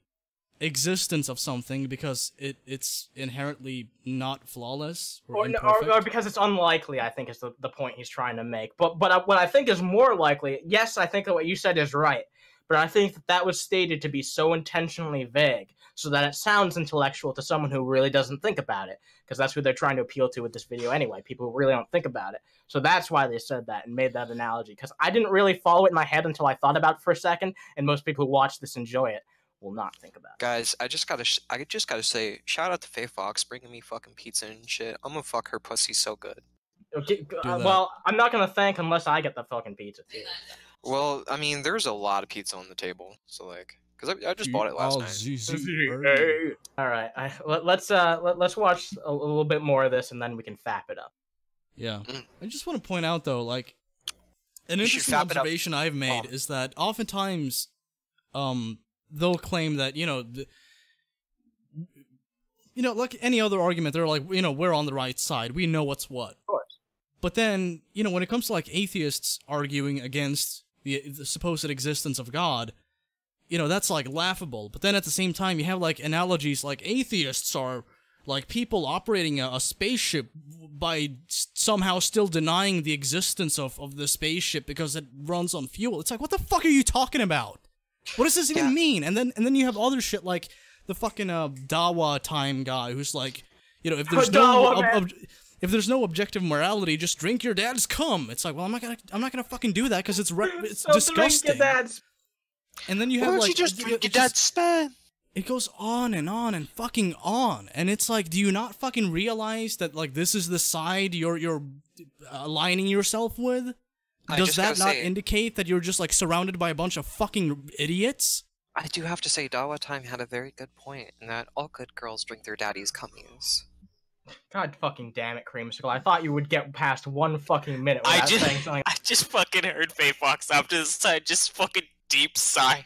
Speaker 6: existence of something because it, it's inherently not flawless or,
Speaker 4: or, n-
Speaker 6: imperfect.
Speaker 4: or, or because it's unlikely i think is the, the point he's trying to make but but I, what i think is more likely yes i think that what you said is right but i think that that was stated to be so intentionally vague so that it sounds intellectual to someone who really doesn't think about it because that's who they're trying to appeal to with this video anyway people who really don't think about it so that's why they said that and made that analogy because i didn't really follow it in my head until i thought about it for a second and most people who watch this enjoy it will not think about it
Speaker 5: Guys, I just gotta, sh- I just gotta say, shout out to Faye Fox bringing me fucking pizza and shit. I'm gonna fuck her pussy so good.
Speaker 4: Okay, uh,
Speaker 5: that.
Speaker 4: well i'm not going to thank unless i get the fucking pizza too.
Speaker 5: Well, I mean, there's a lot of pizza on the table, so like, cause I, I just bought it
Speaker 4: Oh,
Speaker 5: last night.
Speaker 4: All right, I, let, let's uh let, let's watch a, little bit more of this and then we can fap it up.
Speaker 6: Yeah. I just want to point out though, like an
Speaker 4: Mm. You should
Speaker 6: interesting
Speaker 4: fap it up.
Speaker 6: observation I've made is that oftentimes, um, they'll claim that you know, th- you know, like any other argument, they're like, you know, we're on the right side, we know what's what. But then, you know, when it comes to like atheists arguing against the, the supposed existence of God, you know, that's like laughable. But then at the same time, you have like analogies like atheists are like people operating a, a spaceship by s- somehow still denying the existence of, of the spaceship because it runs on fuel. It's like, what the fuck are you talking about? What does this even mean? And then and then you have other shit like the fucking uh, Dawa time guy who's like, you know, if there's no
Speaker 13: Dawa,
Speaker 6: ob-
Speaker 13: man.
Speaker 6: ob- if there's no objective morality, just drink your dad's cum. It's like, well, I'm not gonna I'm not gonna fucking do that because it's re- it's
Speaker 13: So drink your
Speaker 6: disgusting.
Speaker 13: dad's-
Speaker 6: And then you
Speaker 13: Why
Speaker 6: have
Speaker 13: don't you
Speaker 6: like
Speaker 13: just
Speaker 6: it-
Speaker 13: drink
Speaker 6: it
Speaker 13: your dad's
Speaker 6: just- It goes on and on and fucking on, and it's like, do you not fucking realize that like this is the side you're you're uh, aligning yourself with?
Speaker 5: I
Speaker 6: Does
Speaker 5: just
Speaker 6: that
Speaker 5: gotta
Speaker 6: not
Speaker 5: say-
Speaker 6: indicate that you're just like surrounded by a bunch of fucking idiots?
Speaker 5: I do have to say, Dawa Time had a very good point in that all good girls drink their daddy's cummies.
Speaker 4: God fucking damn it, creamsicle! I thought you would get past one fucking minute without
Speaker 5: just-
Speaker 4: saying something.
Speaker 5: I just fucking heard Faye Fox after this side just fucking deep sigh.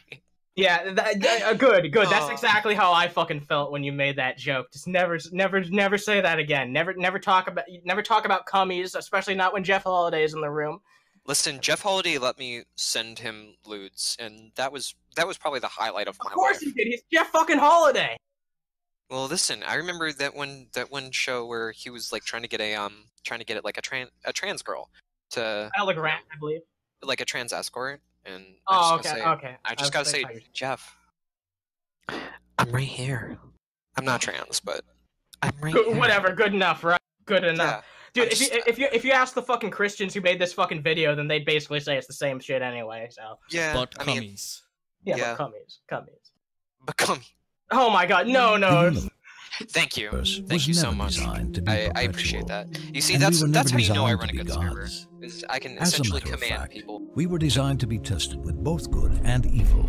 Speaker 4: Yeah, that, that- uh, good, good. That's
Speaker 5: Aw.
Speaker 4: exactly how I fucking felt when you made that joke. Just never, never, never say that again. Never, never talk about, never talk about cummies, especially not when Jeff Holiday is in the room.
Speaker 5: Listen, Jeff Holiday let me send him lewds, and that was that was probably the highlight of my
Speaker 4: Of course
Speaker 5: life.
Speaker 4: he did. He's Jeff fucking Holiday.
Speaker 5: Well, listen, I remember that one that one show where he was like trying to get a um trying to get it like a trans a trans girl to
Speaker 4: Ella Grant, I believe.
Speaker 5: like a trans escort, and
Speaker 4: Oh,
Speaker 5: I just gotta
Speaker 4: okay,
Speaker 5: say,
Speaker 4: okay.
Speaker 5: I
Speaker 4: I
Speaker 5: just
Speaker 4: was
Speaker 5: gotta
Speaker 4: like,
Speaker 5: say,
Speaker 4: how you-
Speaker 5: Jeff, I'm right here. I'm not trans, but I'm right
Speaker 4: Good-
Speaker 5: here.
Speaker 4: whatever, good enough, right? Good
Speaker 5: Yeah,
Speaker 4: enough. Dude,
Speaker 5: I
Speaker 4: if, you, if you if you ask the fucking Christians who made this fucking video, then they basically say it's the same shit anyway. So
Speaker 5: Yeah,
Speaker 6: But
Speaker 5: I mean,
Speaker 6: cummies.
Speaker 4: yeah,
Speaker 5: yeah.
Speaker 4: But cummies, cummies.
Speaker 5: But cummy.
Speaker 4: Oh my god, no, no.
Speaker 5: Thank you.
Speaker 20: was
Speaker 5: Thank you so
Speaker 20: never
Speaker 5: much.
Speaker 20: designed to be
Speaker 5: I, I appreciate that. You see,
Speaker 20: And we
Speaker 5: that's
Speaker 20: were never
Speaker 5: that's how you know I
Speaker 20: designed
Speaker 5: run a
Speaker 20: to be
Speaker 5: good server.
Speaker 20: gods.
Speaker 5: Is I
Speaker 20: As
Speaker 5: can
Speaker 20: a
Speaker 5: essentially
Speaker 20: matter of
Speaker 5: command
Speaker 20: fact,
Speaker 5: people.
Speaker 20: We were designed to be tested with both good and evil.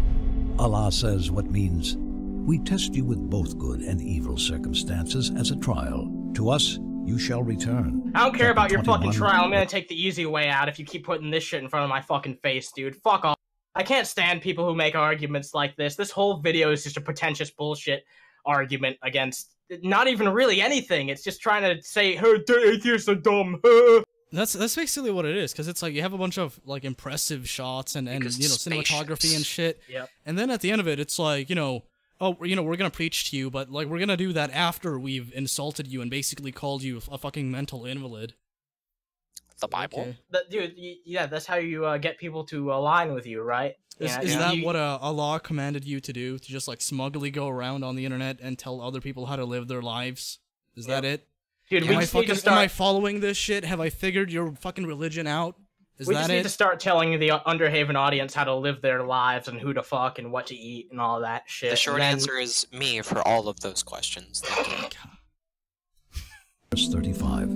Speaker 20: Allah says what means we test you with both good and evil circumstances as a trial. To us, you shall return.
Speaker 4: I don't care about your fucking
Speaker 20: 21.
Speaker 4: trial. I'm gonna take the easy way out if you keep putting this shit in front of my fucking face, dude. Fuck off. I can't stand people who make arguments like this. This whole video is just a pretentious bullshit argument against not even really anything. It's just trying to say, hey, the atheists are dumb.
Speaker 6: That's that's basically what it is, because it's like you have a bunch of like impressive shots and and you know cinematography and shit.
Speaker 4: Yep.
Speaker 6: And then at the end of it, it's like you know, oh, you know, we're gonna preach to you, but like we're gonna do that after we've insulted you and basically called you a fucking mental invalid.
Speaker 5: The Bible.
Speaker 4: That, dude, y- yeah, that's how you uh, get people to align with you, right?
Speaker 6: Is,
Speaker 4: yeah,
Speaker 6: is
Speaker 4: you-
Speaker 6: that
Speaker 4: you-
Speaker 6: what uh, Allah commanded you to do? To just like smugly go around on the internet and tell other people how to live their lives? Is that it?
Speaker 4: Dude, we
Speaker 6: am, I
Speaker 4: just need to
Speaker 6: fucking- am
Speaker 4: start-
Speaker 6: I following this shit? Have I figured your fucking religion out? Is
Speaker 4: we
Speaker 6: that
Speaker 4: just
Speaker 6: it?
Speaker 4: need to start telling the Underhaven audience how to live their lives and who to fuck and what to eat and all that shit.
Speaker 5: The short
Speaker 4: and then-
Speaker 5: answer is me for all of those questions. Thank you.
Speaker 20: Verse 35.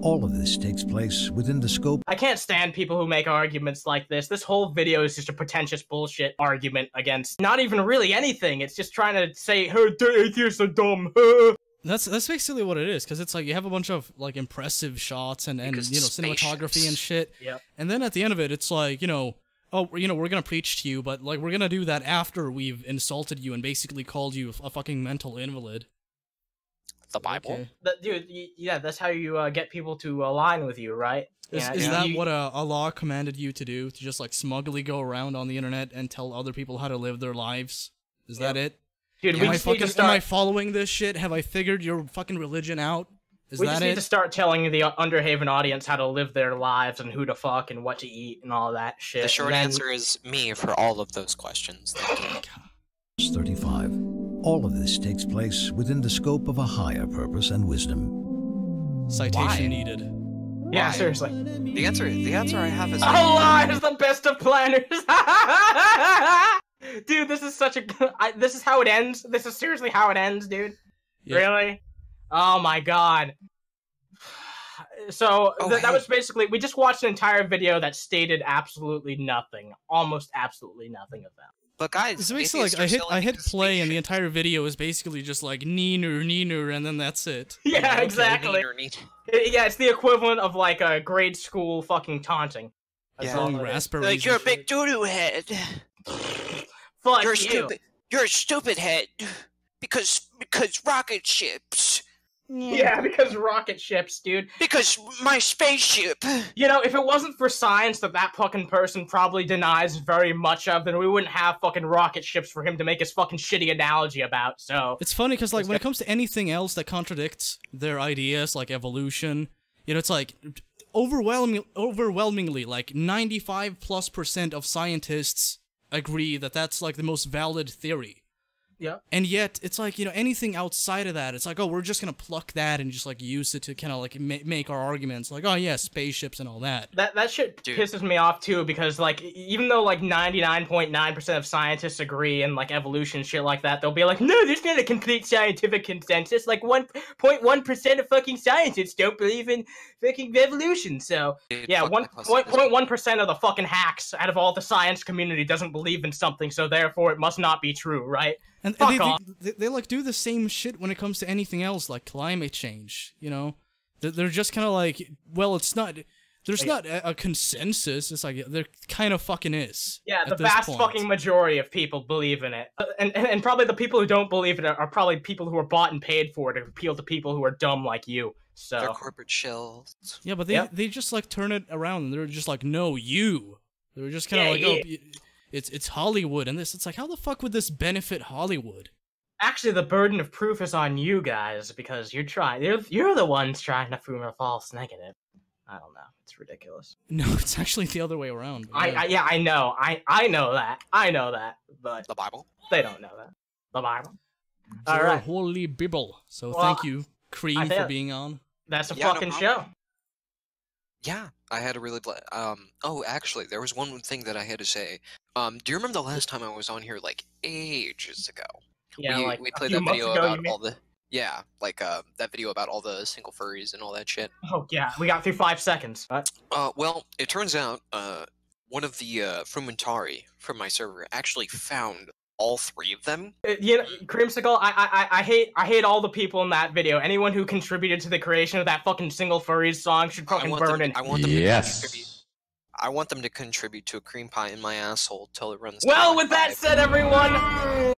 Speaker 20: All of this takes place within the scope
Speaker 4: I can't stand people who make arguments like this. This whole video is just a pretentious bullshit argument against not even really anything. It's just trying to say, hey, the atheists are dumb. huh."
Speaker 6: That's that's basically what it is, because it's like you have a bunch of like impressive shots and and you know cinematography and shit.
Speaker 4: Yep.
Speaker 6: And then at the end of it, it's like you know, oh, you know, we're gonna preach to you, but like we're gonna do that after we've insulted you and basically called you a fucking mental invalid.
Speaker 5: The Bible.
Speaker 4: That- dude, y- yeah, that's how you uh, get people to align with you, right?
Speaker 6: Is,
Speaker 4: Yeah,
Speaker 6: is
Speaker 4: you-
Speaker 6: that
Speaker 4: you-
Speaker 6: what uh, Allah commanded you to do? To just like smugly go around on the internet and tell other people how to live their lives? Is that it?
Speaker 4: Dude,
Speaker 6: am
Speaker 4: we
Speaker 6: I
Speaker 4: just need to
Speaker 6: fucking-
Speaker 4: start-
Speaker 6: am I following this shit? Have I figured your fucking religion out? Is
Speaker 4: we
Speaker 6: that
Speaker 4: just
Speaker 6: it?
Speaker 4: need to start telling the Underhaven audience how to live their lives and who to fuck and what to eat and all that shit.
Speaker 5: The
Speaker 4: and
Speaker 5: short
Speaker 4: then-
Speaker 5: answer is me for all of those questions. Thank you.
Speaker 20: verse 35. All of this takes place within the scope of a higher purpose and wisdom.
Speaker 6: Citation needed.
Speaker 4: Yeah,
Speaker 5: Why?
Speaker 4: seriously.
Speaker 5: The answer, the answer I have is
Speaker 4: Allah is the best of planners. dude, this is such a. I, this is how it ends. This is seriously how it ends, dude.
Speaker 6: Yeah.
Speaker 4: Really? Oh my god. So
Speaker 5: Oh,
Speaker 4: th- that was basically we just watched an entire video that stated absolutely nothing, almost absolutely nothing of that.
Speaker 5: But guys,
Speaker 6: So basically, like I hit I hit play, and the entire video is basically just like neener neener, and then that's it.
Speaker 4: Yeah,
Speaker 6: Okay.
Speaker 4: exactly. I- yeah, it's the equivalent of like a grade school fucking taunting. That's all it is.
Speaker 5: Like you're a big doodoo head.
Speaker 4: Fuck
Speaker 5: you're a
Speaker 4: you.
Speaker 5: Stupid, you're a stupid head because because rocket ships.
Speaker 4: Yeah, because rocket ships, dude.
Speaker 5: Because my spaceship.
Speaker 4: You know, if it wasn't for science that that fucking person probably denies very much of, then we wouldn't have fucking rocket ships for him to make his fucking shitty analogy about. So
Speaker 6: It's funny because like when it comes to anything else that contradicts their ideas, like evolution, you know, it's like overwhelming, overwhelmingly, like ninety-five plus percent of scientists agree that that's like the most valid theory.
Speaker 4: Yeah.
Speaker 6: And yet, it's like you know anything outside of that, it's like oh, we're just gonna pluck that and just like use it to kind of like ma- make our arguments, like oh yeah, spaceships and all that.
Speaker 4: that that shit
Speaker 6: Dude.
Speaker 4: pisses me off too because like e- even though like 99.9% of scientists agree and like evolution and shit like that, they'll be like, "No, there's not a complete scientific consensus. Like 1.1% of fucking scientists don't believe in fucking evolution." So,
Speaker 5: Dude,
Speaker 4: yeah,
Speaker 5: fuck
Speaker 4: one
Speaker 5: that
Speaker 4: point point one percent of the fucking hacks out of all the science community doesn't believe in something, so therefore it must not be true, right?
Speaker 6: And,
Speaker 4: Fuck
Speaker 6: and they,
Speaker 4: off.
Speaker 6: They, they, they, like do the same shit when it comes to anything else, like climate change. You know, they're, they're just kind of like, well, it's not. There's
Speaker 4: Hey.
Speaker 6: not a, a consensus. It's like there kind of fucking is.
Speaker 4: Yeah,
Speaker 6: at
Speaker 4: the
Speaker 6: this
Speaker 4: vast
Speaker 6: point.
Speaker 4: fucking majority of people believe in it, Uh, and, and and probably the people who don't believe in it are probably people who are bought and paid for it to appeal to people who are dumb like you. So
Speaker 5: They're corporate shills.
Speaker 6: Yeah, but they
Speaker 4: Yep.
Speaker 6: they just like turn it around and they're just like, no, you. They're just kind of
Speaker 4: Yeah,
Speaker 6: like,
Speaker 4: yeah.
Speaker 6: oh, y- it's it's Hollywood and this. It's like, how the fuck would this benefit Hollywood?
Speaker 4: actually, the burden of proof is on you guys because you're trying. You're you're the ones trying to prove a false negative. I don't know. It's ridiculous.
Speaker 6: No, it's actually the other way around. but
Speaker 4: I, I yeah, I know. I I know that. I know that. But
Speaker 5: the Bible.
Speaker 4: They don't know that. The Bible.
Speaker 6: They're
Speaker 4: all
Speaker 6: a
Speaker 4: right.
Speaker 6: holy bibble. So
Speaker 4: Well,
Speaker 6: thank you, Cream, for
Speaker 4: think-
Speaker 6: being on.
Speaker 4: That's a
Speaker 5: Yeah, no
Speaker 4: fucking show.
Speaker 5: problem. Yeah, I had a really ble- um. Oh, actually, there was one thing that I had to say. Um, do you remember the last time I was on here? Like ages ago.
Speaker 4: Yeah,
Speaker 5: we,
Speaker 4: like
Speaker 5: we
Speaker 4: a
Speaker 5: played
Speaker 4: few
Speaker 5: that
Speaker 4: months
Speaker 5: video
Speaker 4: ago, you
Speaker 5: about
Speaker 4: mean?
Speaker 5: all the. Yeah, like uh, that video about all the single furries and all that shit.
Speaker 4: Oh yeah, we got through five seconds.
Speaker 5: Uh, well, it turns out uh, one of the uh, Frumentari from my server actually found all three of them.
Speaker 4: Uh, You know, Creamsicle, I, I, I- I hate, I hate all the people in that video. Anyone who contributed to the creation of that fucking single furries song should
Speaker 5: I
Speaker 4: fucking
Speaker 5: want
Speaker 4: burn
Speaker 5: them.
Speaker 4: in.
Speaker 5: I want them to contribute. I want them to contribute to a cream pie in my asshole till it runs.
Speaker 4: Well, with that said, everyone,